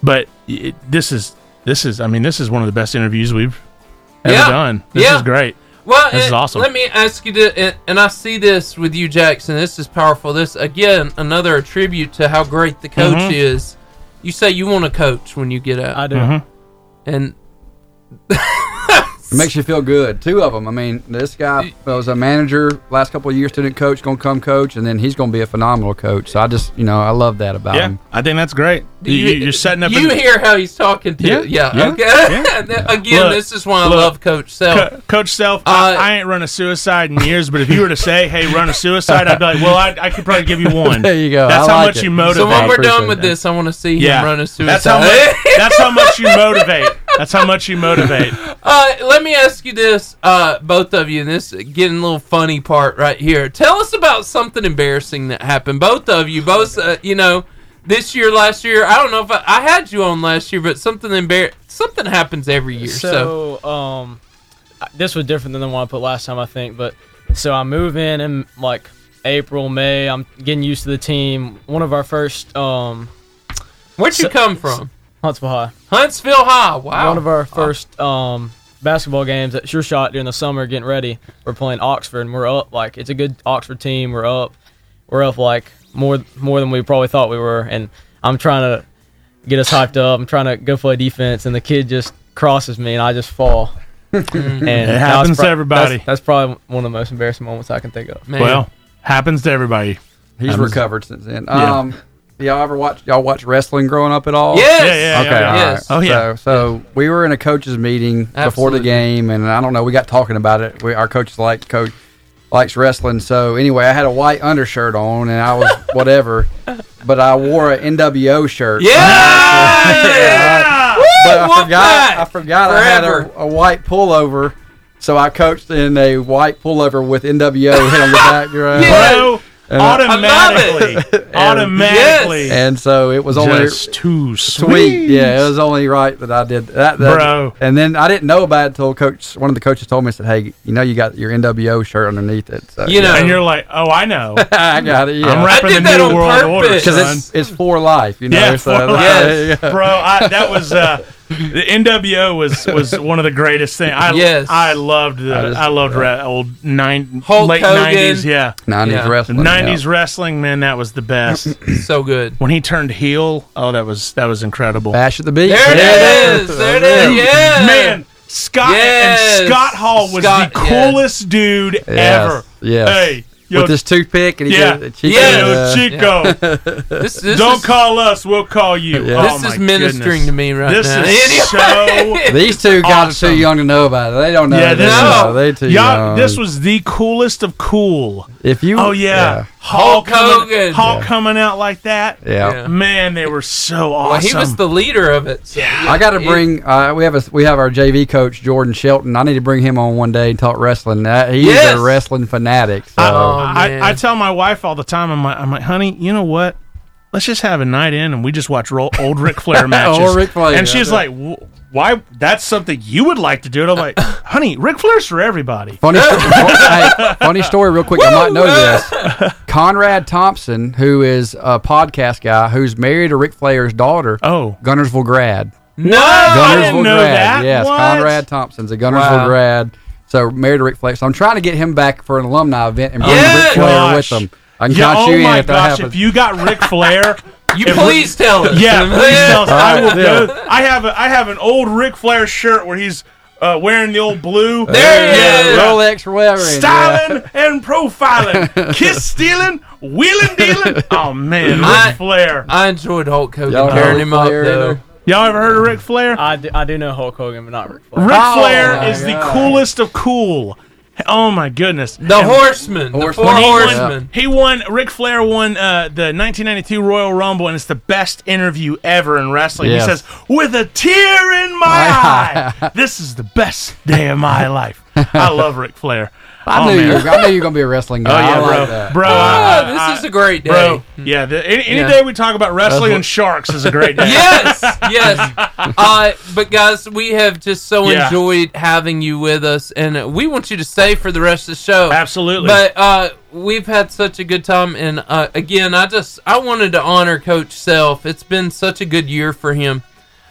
C: but it, this is this is I mean this is one of the best interviews we've ever
B: Yeah.
C: done. This
B: Yeah.
C: is great.
B: Well,
C: This is
B: and
C: awesome.
B: Let me ask you this, and, and I see this with you, Jackson. This is powerful. This again, another tribute to how great the coach
C: Mm-hmm.
B: is. You say you want to coach when you get out,
F: I do.
B: and
D: It makes you feel good. Two of them. I mean, this guy was a manager last couple of years, student coach, going to come coach, and then he's going to be a phenomenal coach. So I just, you know, I love that about
C: Yeah,
D: him.
C: Um, I think that's great. You, you, are setting up.
B: You
C: in-
B: hear how he's talking to?
C: Yeah,
B: Yeah, yeah.
C: yeah,
B: okay.
C: yeah.
B: And then, Again,
C: Look,
B: this is why I
C: look.
B: love Coach Self.
C: Co- Coach Self, I,
B: Uh,
C: I ain't run a suicide in years, but if you were to say, "Hey, run a suicide," I'd be like, "Well, I, I could probably give you one."
D: There you go.
C: That's
D: I
C: how
D: like
C: much
D: it.
C: you
B: so
C: motivate.
B: when we're done
D: appreciate
B: with
D: that.
B: this, I want to see
C: yeah,
B: him run a suicide.
C: that's how much. that's how much you motivate. That's how much you motivate.
B: Uh, let me ask you this, uh, both of you, and this getting a little funny part right here. Tell us about something embarrassing that happened. Both of you, both, uh, you know, this year, last year. I don't know if I, I had you on last year, but something embar- something happens every year. So,
F: So, um, I- this was different than the one I put last time, I think. But so I move in in like April, May. I'm getting used to the team. One of our first um,
B: where'd you come from?
F: Huntsville High.
B: Huntsville High. Wow.
F: One of our first um, basketball games at Sure Shot during the summer, getting ready. We're playing Oxford, and we're up like it's a good Oxford team. We're up, we're up like more more than we probably thought we were. And I'm trying to get us hyped up. I'm trying to go play defense, and the kid just crosses me, and I just fall. and it
C: happens to everybody.
F: That's, that's probably one of the most embarrassing moments I can think of.
B: Man.
C: Well, happens to everybody.
D: He's
C: I'm-
D: recovered since then.
C: Yeah.
D: Um, y'all ever watch y'all watch wrestling growing up at all?
B: yes.
C: Yeah, yeah,
D: Okay.
C: yeah.
D: all right.
B: Yes.
C: Oh, yeah.
D: So, so we were in a coaches meeting before the
B: Absolutely.
D: game, and I don't know. We got talking about it. We, our coaches like coach likes wrestling. So anyway, I had a white undershirt on, and I was whatever, but I wore an NWO shirt.
B: Yeah.
D: Yeah. But I
B: Whoop
D: forgot.
B: that.
D: I forgot I
B: Forever.
D: had a, a white pullover. So I coached in a white pullover with NWO hit on the back, right?
B: Yeah.
C: Pro automatically, automatically,
D: And so it was only
C: just too sweet.
D: sweet. Yeah, it was only right that I did that, that-
C: Bro.
D: And then I didn't know about it until coach. One of the coaches told me, said, "Hey, you know, you got your NWO shirt underneath it." So,
B: You know.
C: And you're like, "Oh, I know."
D: I got it.
C: I'm
D: Yeah,
C: repping
B: did
C: the
B: that
C: new
B: on
C: world order,
B: purpose. 'Cause
D: because
C: son.
D: it's it's for life. You know,
C: yeah,
D: so
C: for
D: that-
C: life.
D: yeah.
C: bro. I, that was uh, the NWO was was one of the greatest things. I
B: Yes.
C: I loved the I,
D: I just-
C: loved re- old nine
B: Hulk
C: late
B: Hogan.
C: nineties. Yeah,
D: 90s
B: Yeah.
D: wrestling.
C: nineties
D: yeah.
C: wrestling. Man, that was the best.
B: so good.
C: when he turned heel, oh, that was that was incredible.
D: Bash at the beach.
B: There
D: Yeah.
B: it is. There it is. Yeah.
C: Man, Scott
B: Yes.
C: and Scott Hall was
B: Scott,
C: the
B: yes.
C: coolest dude ever.
D: yes.
C: Hey, yo,
D: With this toothpick and he
C: yeah,
D: did it, cheek-
B: Yeah.
C: yo,
D: uh,
C: Chico.
B: This, this
C: Don't
B: is,
C: call us, we'll call you.
D: Yeah.
C: Oh,
B: This is
C: my
B: ministering
C: goodness.
B: to me right
C: this
B: now.
C: is so
D: These two guys are
C: Awesome.
D: too young to know about it. They don't know.
C: Yeah,
D: this
C: this
B: No.
D: is, they too
C: y'all,
D: young.
C: this was the coolest of cool.
D: If you.
C: Oh yeah,
B: Hulk
C: coming-
B: Hogan.
C: Hulk coming out like that.
D: Yeah.
B: Yeah.
C: man, they were so awesome.
B: Well, he was the leader of it. so-
D: I got to bring. Uh, we have a we have our JV coach Jordan Shelton. I need to bring him on one day and talk wrestling. Uh, he's
B: Yes.
D: a wrestling fanatic. So.
B: Uh-oh. man.
C: I, I tell my wife all the time. I'm like, I'm like, honey, you know what? Let's just have a night in and we just watch ro- old Ric Flair matches.
D: Old Ric Flair,
C: and she's
D: yeah.
C: like, "Wh- why? That's something you would like to do. And I'm like, honey, Ric Flair's for everybody.
D: Funny, sto- hey, funny story, real quick. I might know this. Conrad Thompson, who is a podcast guy, who's married to Ric Flair's daughter,
C: Oh.
D: Gunnersville grad.
B: no.
C: I didn't
D: Gunnersville
C: know
D: grad.
C: that.
D: Yes,
C: What?
D: Conrad Thompson's a Gunnersville
B: Wow.
D: grad. So married to Ric Flair. So I'm trying to get him back for an alumni event and bring
B: Yes!
D: Ric Flair
C: Gosh.
D: with him. I can
C: Yeah,
D: count
C: oh
D: you in
C: my
D: if that
C: gosh,
D: happens.
C: if you got Ric Flair,
B: You
C: If we-
B: please tell us.
C: yeah, please tell us. I will.
D: Alright, yeah.
C: go- I have a, I have an old Ric Flair shirt where he's uh, wearing the old blue.
B: There he
C: Yeah,
B: is.
C: yeah.
D: Rolex or whatever. and, yeah.
C: Styling and profiling, kiss stealing, wheeling dealing. Oh man,
B: I-
C: Ric Flair.
B: I enjoyed Hulk Hogan
D: Y'all
B: tearing
D: know
B: him up
D: Flair,
B: though.
D: though.
C: Y'all ever heard of Ric
D: Oh
C: Flair?
F: I do, I do know Hulk Hogan, but not Ric Flair.
C: Ric
B: Oh
C: Flair
B: my
C: is the
B: God.
C: coolest of cool. Oh my goodness.
B: The
C: And
B: Horseman, the
D: Horseman.
B: four
C: won-
D: He
B: Horsemen.
C: He won. Ric Flair won uh, the 1992 Royal Rumble, and it's the best interview ever in wrestling.
D: Yes.
C: He says, "With a tear in my eye, this is the best day of my life." I love Ric Flair.
D: I
C: oh,
D: knew
C: man.
D: you. were- I knew you were gonna be a wrestling guy.
C: Oh yeah,
D: I like
C: bro,
D: that.
C: bro. I-
B: Oh,
C: I-
B: this is a great day.
C: bro. Yeah, the, any, any
D: Yeah.
C: day we talk about wrestling and sharks is a great day.
B: yes, yes. Uh, but guys, we have just so
C: Yeah.
B: enjoyed having you with us, and uh, we want you to stay for the rest of the show.
C: Absolutely.
B: But uh, we've had such a good time, and uh, again, I just I wanted to honor Coach Self. It's been such a good year for him.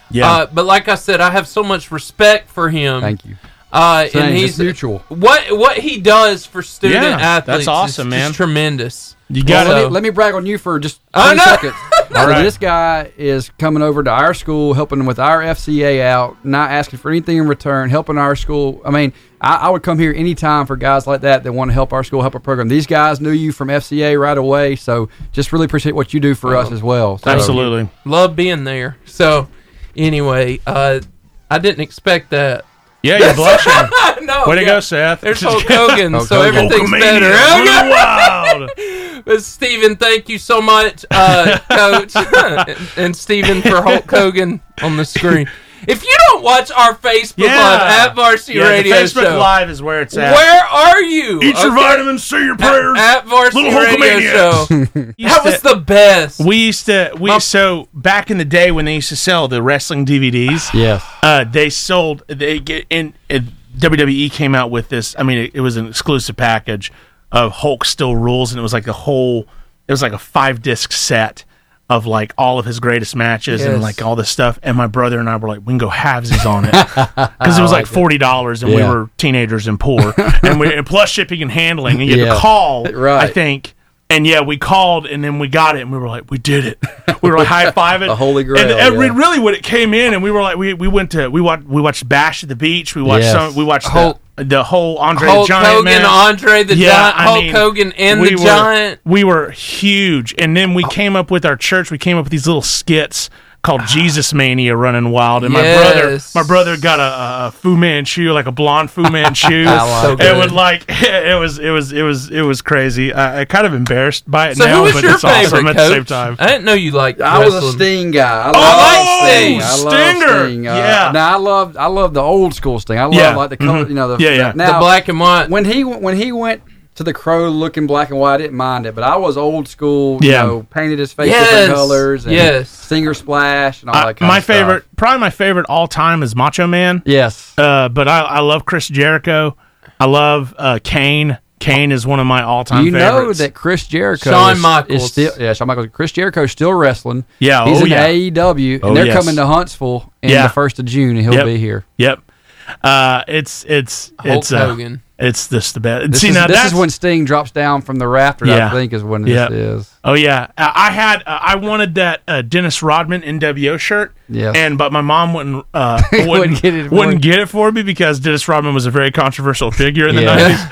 C: yeah,
B: Uh, but like I said, I have so much respect for him.
D: Thank you.
B: Uh,
D: Same,
B: and
D: it's
B: he's
D: mutual.
B: What what he does for student
C: Yeah, that's
B: athletes,
C: awesome,
B: is
C: man.
B: Just tremendous.
C: you got
D: Let
C: it.
D: me, let me brag on you for just
B: Oh,
D: 20
B: no.
D: seconds. Uh,
C: right.
D: This guy is coming over to our school, helping with our FCA out, not asking for anything in return, helping our school. I mean, I, I would come here anytime for guys like that that want to help our school, help our program. These guys knew you from FCA right away, so just really appreciate what you do for us as well. So,
C: Absolutely.
B: Love being there. So anyway, uh, I didn't expect that.
C: Yeah, you're blushing.
B: no,
C: Way to
B: yeah.
C: go, Seth.
B: There's Hulk Hogan,
D: Hulk
B: so
D: Hogan.
B: everything's
C: Hulkamania,
B: better.
C: Blue
B: Okay.
C: Wild.
B: But Uh, Steven, thank you so much, uh, Coach, and, and Steven for Hulk Hogan on the screen. If you don't watch our Facebook
C: Yeah.
B: Live at Varsity
C: Yeah, the
B: Radio
C: Facebook
B: Show,
C: Live is where it's at.
B: where are you?
C: Eat your
B: Okay.
C: vitamins, say your prayers.
B: at Varsity
C: Little
B: Radio Show.
C: Hulkamaniacs.
B: that was the best.
C: we used to we
B: Um,
C: so back in the day when they used to sell the wrestling DVDs.
D: Yes.
C: uh, they sold they get in and WWE E came out with this. I mean, it, it was an exclusive package of Hulk still rules, and it was like a whole. It was like a five disc set of like all of his greatest matches and
B: Yes.
C: like all this stuff. And my brother and I were like, we can go halvesies on it because it was like forty dollars, and
D: Yeah.
C: we were teenagers and poor, and we and plus shipping and handling, and you had
D: Yeah.
C: to call. I
D: Right.
C: think. And yeah, we called and then we got it and we were like, we did it. We were like high five it.
D: The Holy Grail,
C: And, and we
D: yeah.
C: really when it came in and we were like we, we went to we watched we watched Bash at the Beach we watched
D: Yes.
C: some we watched
B: Hulk-
C: the, the whole Andre
B: Hulk
C: the Giant
B: Hogan,
C: man.
B: Andre the Giant,
C: I
B: Hulk
C: mean,
B: Hogan, and
C: we
B: the
C: were-
B: Giant.
C: We were huge, and then we came up with our church. We came up with these little skits called Jesus Mania running wild, and
B: Ah. Yes.
C: my brother, my brother got a, a Fu Manchu, like a blonde Fu Manchu.
D: So
C: it
B: good.
C: would like it was it was it was it was crazy. I, I kind of embarrassed by it
B: So
C: now,
B: who was
C: but
B: your
C: it's
B: favorite
C: awesome
B: coach?
C: at the same time.
B: I didn't know you liked.
D: I was a
B: wrestling.
D: Sting guy. I love
B: Oh,
D: Sting. I
C: Stinger.
D: love Sting. Uh,
C: Yeah.
D: Now I love I love the old school Sting. I love
C: Yeah. Mm-hmm.
D: like the color, you know, the
C: Yeah, yeah.
B: The
D: Now,
B: black and white.
D: when he when he went to the crow looking black and white, I didn't mind it, but I was old school. You
C: Yeah.
D: know, painted his face
B: Yes,
D: different colors. And
B: yes.
D: Singer splash and all
C: I-
D: that. Kind
C: my
D: of stuff.
C: favorite, probably my favorite all time is Macho Man.
D: Yes.
C: Uh, but I, I love Chris Jericho. I love uh, Kane. Kane is one of my all time
D: you know
C: favorites.
D: that Chris Jericho,
B: Shawn
D: is-
B: Michaels.
D: is still yeah, Shawn Michaels. Chris Jericho's still wrestling.
C: Yeah,
D: he's
C: oh,
D: in
C: yeah.
D: AEW,
C: Oh,
D: and they're
C: yes.
D: coming to Huntsville in
C: Yeah.
D: the first of June, and he'll
C: Yep.
D: be here.
C: Yep. Uh, it's it's
B: Hulk
C: it's uh,
B: Hogan.
C: It's this the best.
D: This,
C: See
D: is,
C: now
D: this
C: that's
D: is when Sting drops down from the rafter.
C: Yeah.
D: I think is when
C: Yep.
D: this is.
C: Oh yeah, uh, I had uh, I wanted that uh, Dennis Rodman NWO shirt.
D: Yes.
C: And but my mom wouldn't uh, wouldn't,
D: Wouldn't get it for
C: wouldn't
D: you.
C: get it for me because Dennis Rodman was a very controversial figure in the
D: Yeah.
C: nineties.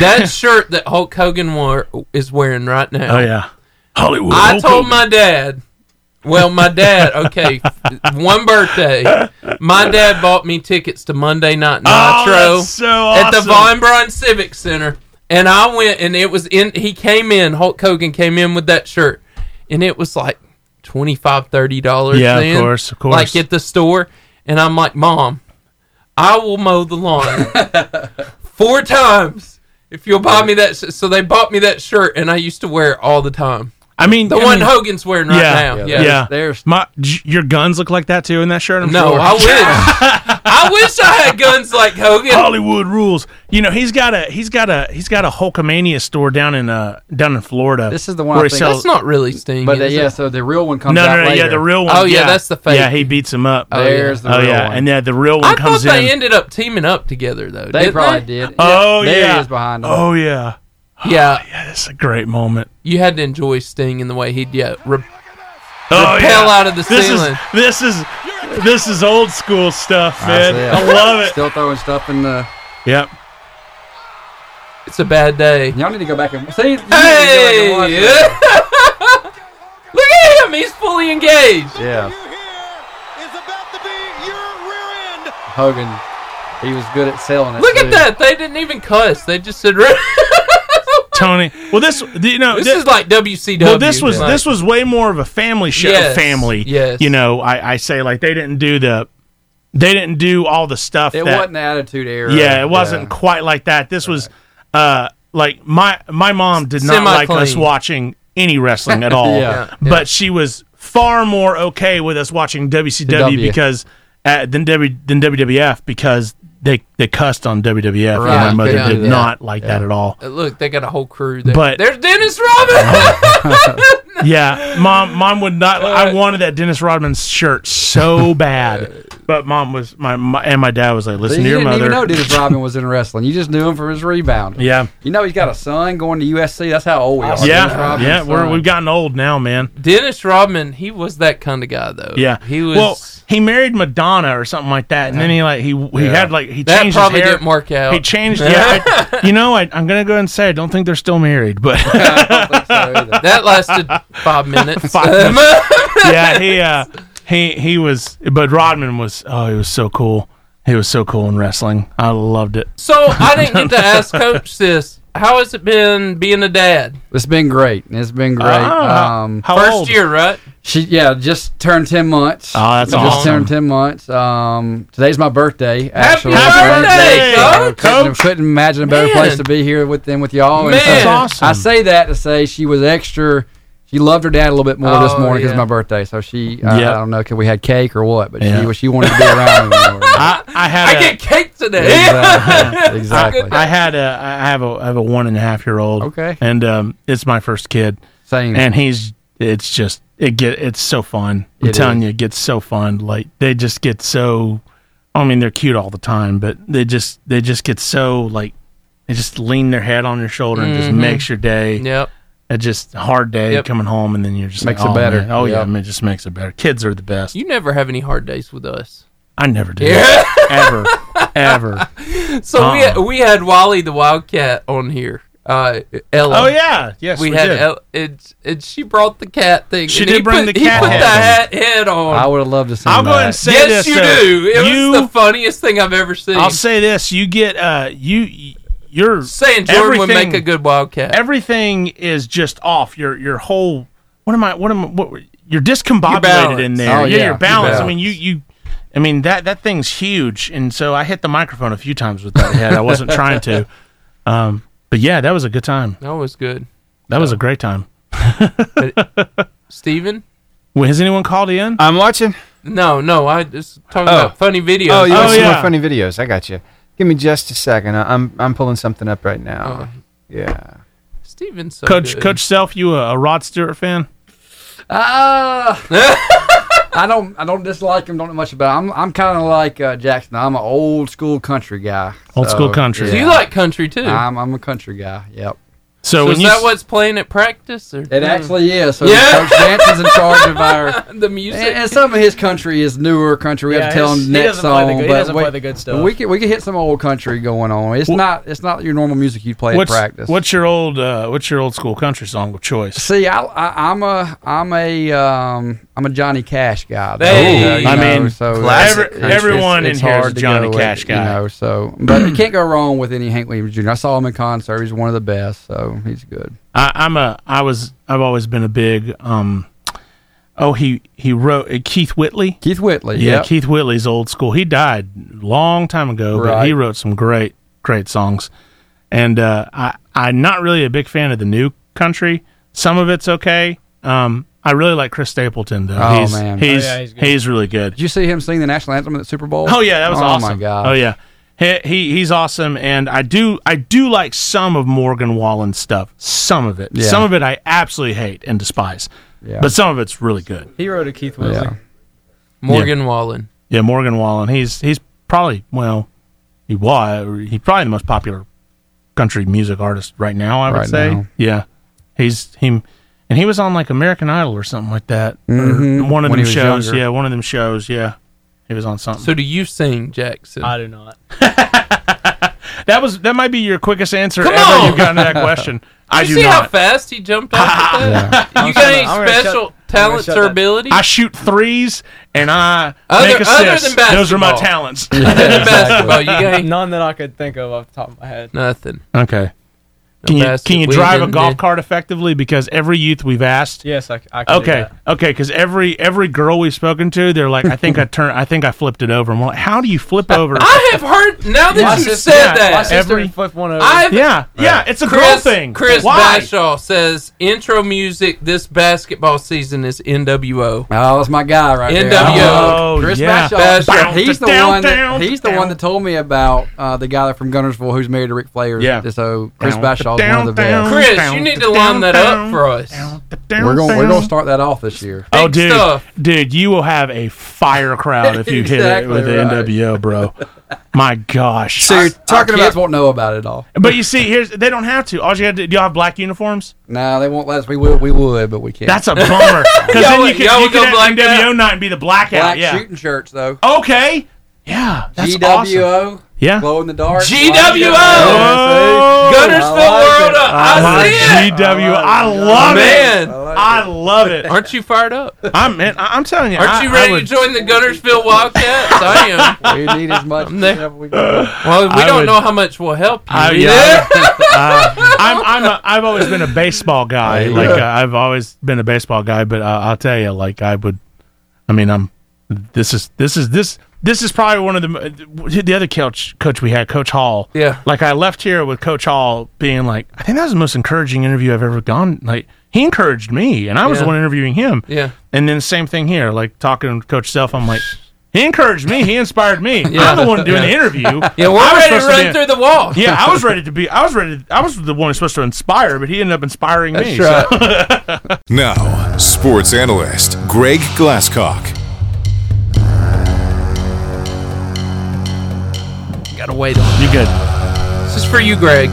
B: that shirt that Hulk Hogan wore is wearing right now.
C: Oh yeah, Hollywood.
B: I
C: Hulk
B: told
C: Hogan.
B: my dad. Well, my dad. Okay, one birthday, my dad bought me tickets to Monday Night
C: Oh,
B: Nitro
C: that's so awesome.
B: at the Von Braun Civic Center, and I went, and it was in. He came in. Hulk Hogan came in with that shirt, and it was like twenty five, thirty dollars.
C: Yeah, of
B: then,
C: course, of course.
B: Like at the store, and I'm like, Mom, I will mow the lawn four times. If you'll buy me that, sh-. so they bought me that shirt, and I used to wear it all the time.
C: I mean
B: The
C: I
B: one
C: mean,
B: Hogan's wearing right
C: Yeah,
B: now.
D: yeah,
B: Yeah.
C: yeah.
D: There's-
C: my j- your guns look like that too in that shirt. I'm
B: No,
C: sure.
B: I wish. I wish I had guns like Hogan.
C: Hollywood rules. You know he's got a he's got a he's got a Hulkamania store down in uh down in Florida.
D: This is the one I
C: where he
D: think-
C: sells.
B: That's not really Sting.
D: But uh,
B: is it?
D: yeah, so the real one comes
C: no,
D: out
C: no, no,
D: later.
C: yeah, the real one.
B: Oh, yeah, that's the fake.
C: Yeah, he beats him up.
D: Oh, There's yeah. the
C: oh
D: real
C: yeah,
D: one.
C: and yeah, the real one
B: I thought
C: comes
B: they
C: in.
B: ended up teaming up together though.
D: They
B: didn't
D: probably did.
C: Oh
D: there
C: yeah,
D: he is behind him.
C: Oh yeah,
B: Yeah,
C: Yeah, it's a great moment.
B: you had to enjoy Sting in the way he'd yeah, re-
C: Oh,
B: Rappel out of the
C: this
B: ceiling.
C: Is, this is this is old school stuff, man.
D: see it.
C: I love it.
D: Still throwing stuff in the.
C: Yep.
B: it's a bad day.
D: Y'all need to go back and see. you need to go back and
B: Hey,
D: watch that.
B: look at him. He's fully engaged.
D: Yeah,
G: you hear is about to be your rear end.
D: Hogan. He was good at selling it.
B: Look
D: too.
B: at that. They didn't even cuss. They just said.
C: Tony. Well, this you know
B: This
C: thi-
B: is like WCW.
C: well, this was
B: Like,
C: this was way more of a family show.
B: Yes,
C: family,
B: yes.
C: You know, I, I say like they didn't do the, they didn't do all the stuff.
D: It
C: that,
D: wasn't the attitude era.
C: Yeah, it wasn't quite like that. This was, uh, like my my mom did not like us
B: Semi-clean.
C: watching any wrestling at all.
D: Yeah,
C: but she was far more okay with us watching WCW
D: W.
C: because uh, than w, than WWF because they they cussed on WWF.
D: Right,
C: and my mother
B: couldn't
C: did
D: do that.
C: not like that at all.
B: Uh, Look, they got a whole crew there.
C: But-
B: There's Dennis Robin.
C: Yeah, mom. Mom would not.
B: Uh,
C: I wanted that Dennis Rodman shirt so bad, but mom was my, my and my dad was like,
D: So
C: "Listen
D: you
C: to your
D: didn't
C: mother."
D: even know Dennis Robin was in wrestling. You just knew him from his rebound.
C: yeah, Oh,
D: You know he's got a son going to USC. That's how old we are. Dennis
C: yeah,
D: Rodman's
C: yeah. We're,
D: son.
C: we've gotten old now, man.
B: Dennis Rodman, he was that kind of guy though.
C: Yeah,
B: he was.
C: Well, he married Madonna or something like that, and then he like he he had like he
B: that
C: changed
B: probably
C: his hair.
B: didn't work out.
C: He changed. Yeah, I- you know, I, I'm gonna go ahead and say I don't think they're still married, but
D: I don't think so either.
B: that lasted five minutes.
C: Five yeah, he uh, he he was. But Rodman was. Oh, he was so cool. He was so cool in wrestling. I loved it.
B: so I didn't get to ask Coach this. How has it been being a dad?
D: It's been great. It's been great.
C: Ah,
D: um,
C: How
B: First
C: old?
B: year, right?
D: she yeah just turned ten months.
C: Oh, that's
D: just
C: awesome.
D: turned ten months. Um, today's my birthday. Actually,
B: birthday,
D: So
B: Coach!
D: Couldn't, couldn't imagine a better
B: Man.
D: place to be here with them with y'all. And
B: Man. That's
C: awesome.
D: I say that to say she was extra. She loved her dad a little bit more this
B: Oh,
D: morning
B: yeah.
D: because my birthday. So she, I,
C: Yeah.
D: I don't know, could we had cake or what? But
C: Yeah.
D: she she she wanted to be around. him more.
C: I, I had.
B: I
C: a-
B: get cake today.
D: exactly. exactly.
C: I had a I have a I have a one and a half year old.
D: Okay. Hmm.
C: And um, it's my first kid,
D: Same.
C: and he's it's just it get it's so fun. I'm
D: It
C: telling
D: is.
C: you, it gets so fun. Like they just get so. I mean, they're cute all the time, but they just they just get so like they just lean their head on your shoulder and
D: Mm-hmm.
C: just makes your day.
B: Yep.
C: A just hard day
B: Yep.
C: coming home, and then you're just
D: Makes
C: like,
D: it
C: "Oh,
D: better."
C: man." Oh yeah,
D: Yep.
C: I mean, it just makes it better. Kids are the best.
B: You never have any hard days with us.
C: I never did ever, ever.
B: So
C: Uh-uh.
B: we we had Wally the Wildcat on here. Uh, Ella.
C: Oh yeah, yes,
B: we,
C: we,
B: had
C: did.
B: El- and, and she brought the cat thing.
C: She
B: and
C: did
B: he
C: bring
B: put,
C: the
B: he
C: cat
B: put the hat
C: head
B: head on.
D: I would have loved to see
C: I'll go ahead
D: that.
C: and say
B: yes,
C: this.
B: you
C: though.
B: do. It
C: you,
B: was the funniest thing I've ever seen.
C: I'll say this: you get uh, you you're
B: Saying Jordan would make a good Wildcat.
C: Everything is just off. Your your whole what am I? What am I? What, were- you're
B: balance.
C: discombobulated in there.
D: Oh,
C: yeah,
D: yeah,
C: your
D: your
C: balance. I
D: balance.
C: mean, you you. I mean that that thing's huge, and so I hit the microphone a few times with that head. I wasn't trying to, um, but yeah, that was a good time.
B: that was good.
C: That was a great time.
B: Steven?
C: Well, has anyone called in?
H: I'm watching.
B: No, no, I just talking
H: Oh.
B: about funny videos.
H: Oh, you
C: Oh,
H: want some
C: yeah.
H: more funny videos? I got you. Give me just a second. I- I'm I'm pulling something up right now. Yeah.
B: Steven's so
C: Coach
B: good.
C: Coach Self, you a, a Rod Stewart fan?
D: Ah, I don't. I don't dislike him. Don't know much about. Him. I'm. I'm kind of like uh, Jackson. I'm an old school country guy.
C: Old
D: So,
C: school country.
B: Do you like country too?
D: I'm. I'm a country guy. Yep.
C: So,
B: so
C: uh, when
B: is
C: you
B: that
C: s-
B: what's playing at practice? Or
D: It actually is. So
B: Yeah.
D: Coach Jansen's in charge of our.
B: the music?
D: And, and some of his country is newer country. We
F: Yeah,
D: have to tell
F: his-
D: him
F: he
D: next
F: doesn't play the
D: song.
F: good- he
D: but
F: doesn't
D: we,
F: play the good stuff.
D: We can we can hit some old country going on. It's not it's not your normal music you play at
C: what's,
D: practice.
C: What's your old uh, what's your old school country song of choice?
D: See, I, I, I'm a I'm a um, I'm a Johnny Cash guy. though,
B: Hey.
D: you
C: I
D: know,
C: mean,
D: so
H: classic
D: it's-
H: country.
C: Everyone in here is
D: hard to
C: Johnny
D: go
C: Cash
D: with,
C: guy.
D: You know, so but you can't go wrong with any Hank Williams Jr. I saw him in concert. He's one of the best, so he's good.
C: I, I'm a I was I've always been a big um oh he he wrote uh, Keith Whitley
D: Keith Whitley.
C: yeah
D: yep.
C: Keith Whitley's old school he died long time ago but he
D: Right.
C: wrote some great great songs and uh, I I'm not really a big fan of the new country some of it's okay um I really like Chris Stapleton though
D: Oh,
C: he's
D: man.
C: he's
F: Oh, yeah, he's
C: he's,
F: good.
C: really good
D: Did you see him sing the national anthem at the Super Bowl?
C: Oh yeah, that was
D: oh,
C: awesome.
D: my god.
C: Oh yeah. He, he he's awesome and I do I do like some of Morgan Wallen's stuff. Some of it.
D: Yeah.
C: Some of it I absolutely hate and despise.
D: Yeah.
C: But some of it's really good.
F: He wrote a Keith Wilson.
D: Yeah.
B: Morgan Wallen.
C: Yeah, Morgan Wallen. He's he's probably well he was he's probably the most popular country music artist right now. I would
D: Right
C: say,
D: now.
C: yeah, he's he, and he was on like American Idol or something like that. or
D: Mhm,
C: one of them
D: when he was
C: shows,
D: younger.
C: yeah, one of them shows, yeah. He was on something.
B: So do you sing, Jackson?
F: I do not.
C: that was that might be your quickest answer
B: Come
C: ever
B: on!
C: you've gotten to that question. I
B: you
C: do
B: see how
C: not.
B: fast he jumped out at that? You got
F: shut
B: any
F: up. I'm gonna shut-
B: special
F: I'm gonna
B: talents
F: shut
B: or
F: that-
B: abilities?
C: I shoot threes and I
B: Other-
C: make
B: other than
C: assists. Those are my
B: basketball.
C: talents.
B: in basketball, you got any-
F: None that I could think of off the top of my head.
B: nothing.
C: Okay. Can you,
B: basket
C: can you
B: weaving,
C: drive a
B: yeah.
C: golf cart effectively? Because every youth we've asked,
F: Yes, I, I can do
C: okay,
F: that.
C: okay, because every every girl we've spoken to, they're like, I think I turn, I think I flipped it over. And we're like, how do you flip over?
B: I have heard now
F: My
B: that you
F: sister-
B: said
C: yeah,
F: My
B: that.
F: sister
C: Every-
F: can flip one over.
B: I've
C: yeah, yeah, it's a girl
B: Chris,
C: thing.
B: Chris
C: Why?
B: Bashaw says intro music this basketball season is NWO.
D: Oh, that's my guy right there.
B: NWO.
C: Oh,
D: Chris
C: yeah.
D: Bashaw.
C: Bashaw.
D: He's the
C: Down,
D: one.
C: down,
D: That, he's the
C: down.
D: one that told me about uh, the guy from Gunnersville who's married to Rick Flair.
C: Yeah.
D: So Chris
C: Down,
D: Bashaw is one of the
C: down,
D: best.
B: Chris,
C: down,
B: you need to
C: down,
B: line that up
C: down,
B: for us.
C: down,
D: We're going. We're
C: down.
D: going to start that off this year.
C: Oh,
B: Big
C: dude,
B: stuff.
C: dude, you will have a fire crowd if you hit it
D: Exactly
C: with
D: right.
C: the NWO, bro. My gosh.
D: So you're Our talking kids about? won't know about it at all.
C: but you see, here's they don't have to. All you have to do. Y'all have black uniforms.
D: No, they won't let us. We would. We would, but we can't.
C: That's a bummer. Because
B: Y'all
C: then you
B: would-
C: could,
B: y'all
C: you
B: would
C: could
B: go
C: have
B: blacked
C: NWO
B: out?
C: night and be the blackout.
D: black
C: yeah.
D: shooting shirts though.
C: Okay. Yeah. That's awesome.
D: GWO.
C: Yeah.
D: Glow in the dark.
B: GWO.
C: Oh,
D: Yeah, see?
B: Gunnersville
D: I like
B: World
D: it.
B: Up. I
C: Uh,
B: see it. Oh
C: GW. I love it.
B: Man,
C: I love it.
B: aren't you fired up?
C: I'm man, I- I'm telling you.
B: Aren't
C: I-
B: you
C: I
B: ready to
C: would-
B: join the Gunnersville Wildcats? I am.
D: We need as much.
B: there.
D: as we can.
B: Well, we
C: I
B: don't
C: would-
B: know how much will help you.
C: I-
B: either.
C: Uh, yeah, I- uh, I'm. I'm. A, I've always been a baseball guy. Like uh, I've always been a baseball guy. But uh, I'll tell you, like I would. I mean, I'm. This is this is this this is probably one of the the other coach coach we had, Coach Hall.
B: Yeah.
C: Like I left here with Coach Hall being like, I think that was the most encouraging interview I've ever gone. Like he encouraged me, and I was
B: Yeah.
C: the one interviewing him.
B: Yeah.
C: And then same thing here, like talking to Coach Self, I'm like. He encouraged me. He inspired me. I'm the one doing the interview.
B: Yeah, we're
C: I was
B: ready to
C: supposed be
B: run
C: a-
B: through the wall.
C: yeah, I was ready to be. I was ready. I was the one who's supposed to inspire, but he ended up inspiring me. so-
A: Now, sports analyst Greg Glasscock.
B: Gotta wait on.
C: You good?
B: This is for you, Greg.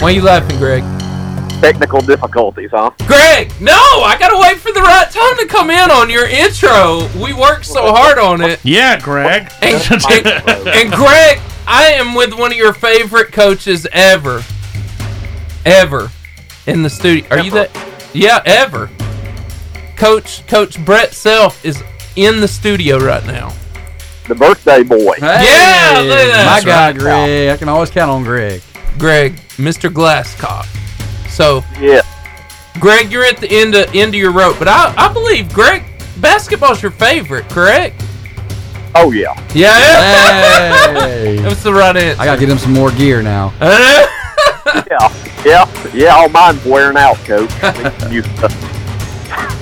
B: Why you laughing, Greg?
I: Technical difficulties, huh?
B: Greg, no! I gotta wait for the right time to come in on your intro. We worked so hard on it.
C: Yeah, Greg.
B: And, and, and Greg, I am with one of your favorite coaches ever. Ever. In the studio. Are you that? Yeah, ever. Coach Coach Brett Self is in the studio right now.
I: The birthday boy.
B: Yeah, look at that.
D: My
B: That's
D: guy, Greg. I can always count on Greg.
B: Greg, Mr. Glasscock. So
I: Yeah.
B: Greg, you're at the end of end of your rope, but I, I believe Greg basketball's your favorite, correct?
I: Oh yeah.
B: Yeah.
D: Hey.
B: That's the right answer.
D: I gotta get him some more gear now.
I: Yeah. Yeah. Yeah. All mine's wearing out, coach. You-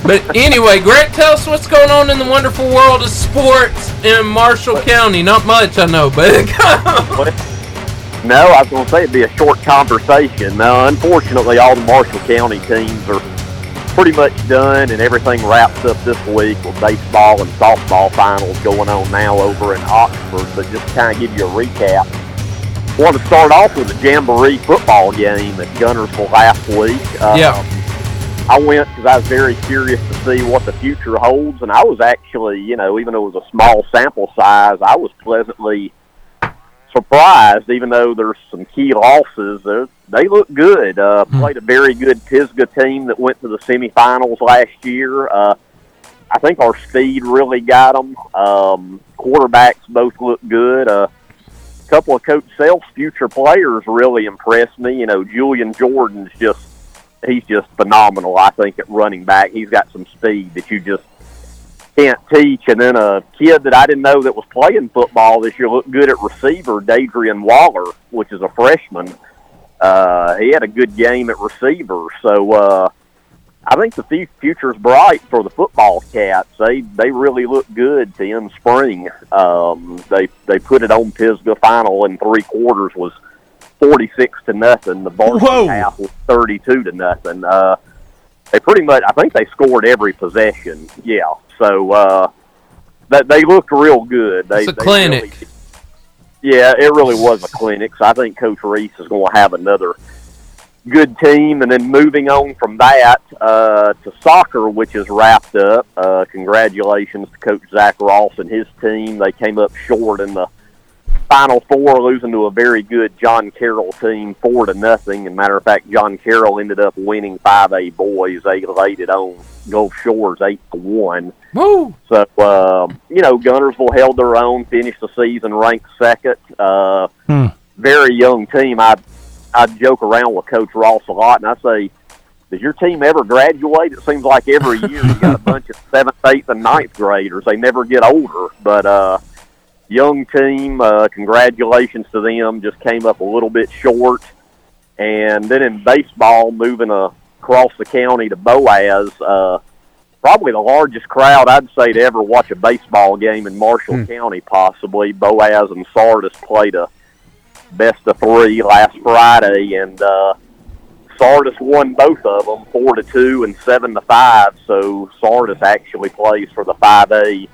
B: but anyway, Greg, tell us what's going on in the wonderful world of sports in Marshall County. Not much, I know, but
I: no, I was going to say it'd be a short conversation. Now, unfortunately, all the Marshall County teams are pretty much done, and everything wraps up this week with baseball and softball finals going on now over in Oxford. But just to kind of give you a recap, want to start off with the Jamboree football game at Gunnersville last week. Uh,
B: yeah,
I: I went because I was very curious to see what the future holds, and I was actually, you know, even though it was a small sample size, I was pleasantly surprised. Even though there's some key losses, they're- they look good. Uh, Played a very good Pisgah team that went to the semifinals last year. Uh, I think our speed really got them. Um, quarterbacks both look good. Uh, a couple of Coach Self's future players really impressed me. You know, Julian Jordan's just he's just phenomenal. I think at running back, he's got some speed that you just can't teach. And then a kid that I didn't know that was playing football this year looked good at receiver, Dadrian Waller, which is a freshman. Uh, he had a good game at receiver, so uh, I think the fu- future's bright for the football cats. They they really look good to end spring. Um, they they put it on Pisgah final in three quarters was forty six to nothing. The varsity
C: Whoa.
I: half was thirty two to nothing. Uh, they pretty much I think they scored every possession. Yeah, so uh, that they looked real good. They,
B: It's a
I: they
B: clinic.
I: really- yeah, it really was a clinic. So I think Coach Reese is going to have another good team. And then moving on from that uh, to soccer, which is wrapped up. Uh, congratulations to Coach Zach Ross and his team. They came up short in the Final Four, losing to a very good John Carroll team, four to nothing. And matter of fact, John Carroll ended up winning five A boys. They laid it on Gulf Shores eight to one.
B: Woo!
I: So, um, you know, Gunnersville held their own, finished the season ranked second. Uh,
C: Hmm.
I: Very young team. I I joke around with Coach Ross a lot, and I say, does your team ever graduate? It seems like every year you got a bunch of seventh, eighth, and ninth graders. They never get older. But uh, young team, uh, congratulations to them. Just came up a little bit short. And then in baseball, moving across the county to Boaz, uh, probably the largest crowd I'd say to ever watch a baseball game in Marshall County, possibly. Boaz and Sardis played a best of three last Friday, and uh, Sardis won both of them, four to two and seven to five. So Sardis actually plays for the five A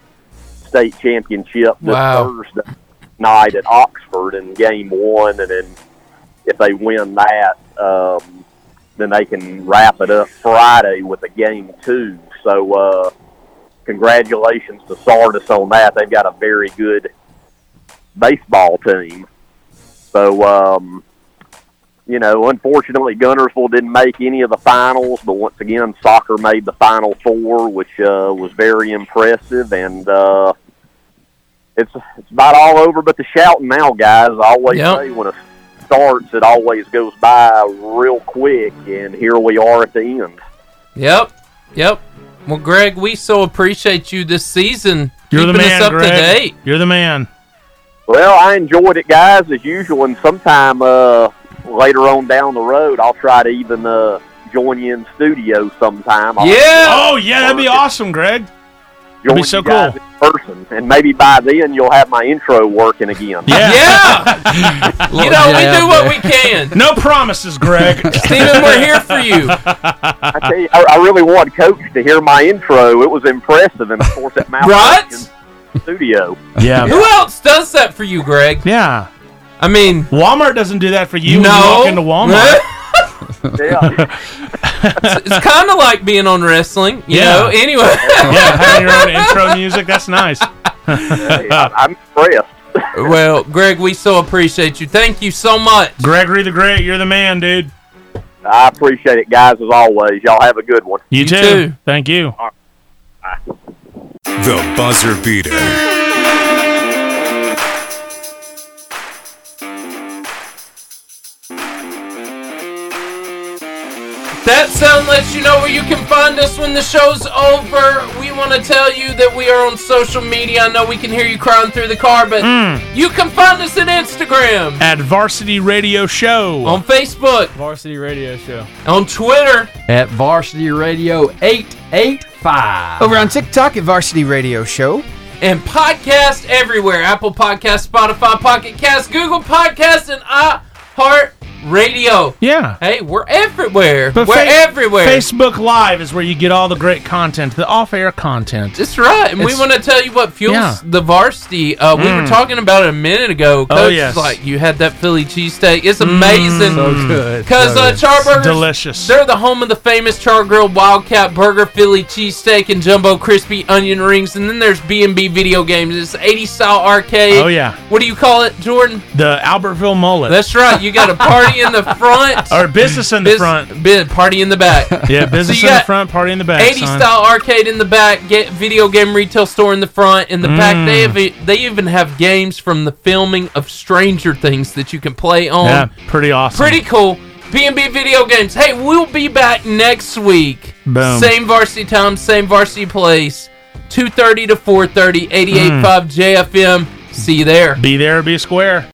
I: state championship this
B: Wow.
I: Thursday night at Oxford in game one, and then if they win that, um, then they can wrap it up Friday with a game two. So uh, congratulations to Sardis on that. They've got a very good baseball team. So, um, you know, unfortunately, Gunnersville didn't make any of the finals, but once again, soccer made the final four, which uh, was very impressive. And uh, it's it's about all over but the shouting now, guys. I always
B: Yep.
I: say when it starts, it always goes by real quick, and here we are at the end.
B: Yep. Yep. Well, Greg, we so appreciate you this season.
C: You're
B: keeping
C: the man,
B: us up
C: Greg.
B: to date.
C: You're the man.
I: Well, I enjoyed it, guys, as usual. And sometime uh, later on down the road, I'll try to even uh, join you in studio sometime. I'll
B: Yeah.
C: Oh yeah, that'd be awesome, Greg.
I: join
C: be so
I: you guys
C: cool.
I: in person, and maybe by then you'll have my intro working again.
C: Oh, Yeah.
B: Yeah. you know, we do what we can.
C: No promises, Greg.
B: Steven, we're here for you.
I: I tell you, I, I really want Coach to hear my intro. It was impressive, and of course at Mount
B: Right?
I: Washington Studio.
C: yeah.
B: Who else does that for you, Greg?
C: Yeah.
B: I mean,
C: Walmart doesn't do that for you when you
B: no.
C: walk into Walmart.
I: Yeah,
B: it's kind of like being on wrestling, you
C: Yeah.
B: know. Anyway,
C: yeah, having your own intro music. That's nice.
I: I, I'm impressed.
B: well, Greg, we so appreciate you. Thank you so much.
C: Gregory the Great, you're the man, dude.
I: I appreciate it, guys, as always. Y'all have a good one.
C: You, too.
B: too.
C: Thank you.
A: The buzzer beater.
B: That sound lets you know where you can find us when the show's over. We want to tell you that we are on social media. I know we can hear you crying through the car, but
C: Mm.
B: you can find us on Instagram,
C: At Varsity Radio Show.
B: on Facebook,
F: Varsity Radio Show.
B: on Twitter.
D: At Varsity Radio 885.
H: Over on TikTok at Varsity Radio Show.
B: and podcast everywhere Apple Podcast, Spotify, Pocket Cast, Google Podcast, and iHeart Radio.
C: yeah.
B: Hey, we're everywhere.
C: But
B: we're
C: fa-
B: everywhere.
C: Facebook Live is where you get all the great content, the off air content.
B: That's right. And we
C: It's-
B: want to tell you what fuels
C: Yeah. Mm.
B: the varsity. Uh, We were talking about it a minute ago. Coach
C: Oh,
B: was
C: yes. Mm.
B: like, you had that Philly cheesesteak. It's amazing.
D: So good.
B: Because
D: So
B: uh,
D: good.
B: Char Burgers,
C: Delicious.
B: they're the home of the famous Char Grilled Wildcat Burger, Philly cheesesteak, and jumbo crispy onion rings. And then there's B&B video games. It's 80 style arcade.
C: Oh, yeah.
B: What do you call it, Jordan?
C: The Albertville mullet.
B: That's right. You got a party in the front.
C: or business in the
B: bus-
C: front.
B: bi- party in the back.
C: Yeah, business
B: you
C: in the
B: got
C: front, party in the back.
B: 80
C: son.
B: style arcade in the back, get video game retail store in the front, in the back
C: Mm.
B: they have, e, they even have games from the filming of Stranger Things that you can play on.
C: Yeah, pretty awesome.
B: Pretty cool. B&B Video Games. Hey, we'll be back next week.
C: Boom.
B: Same varsity time, same varsity place. 2:30 to 4:30, 88.5 JFM. See you there.
C: Be there, be square.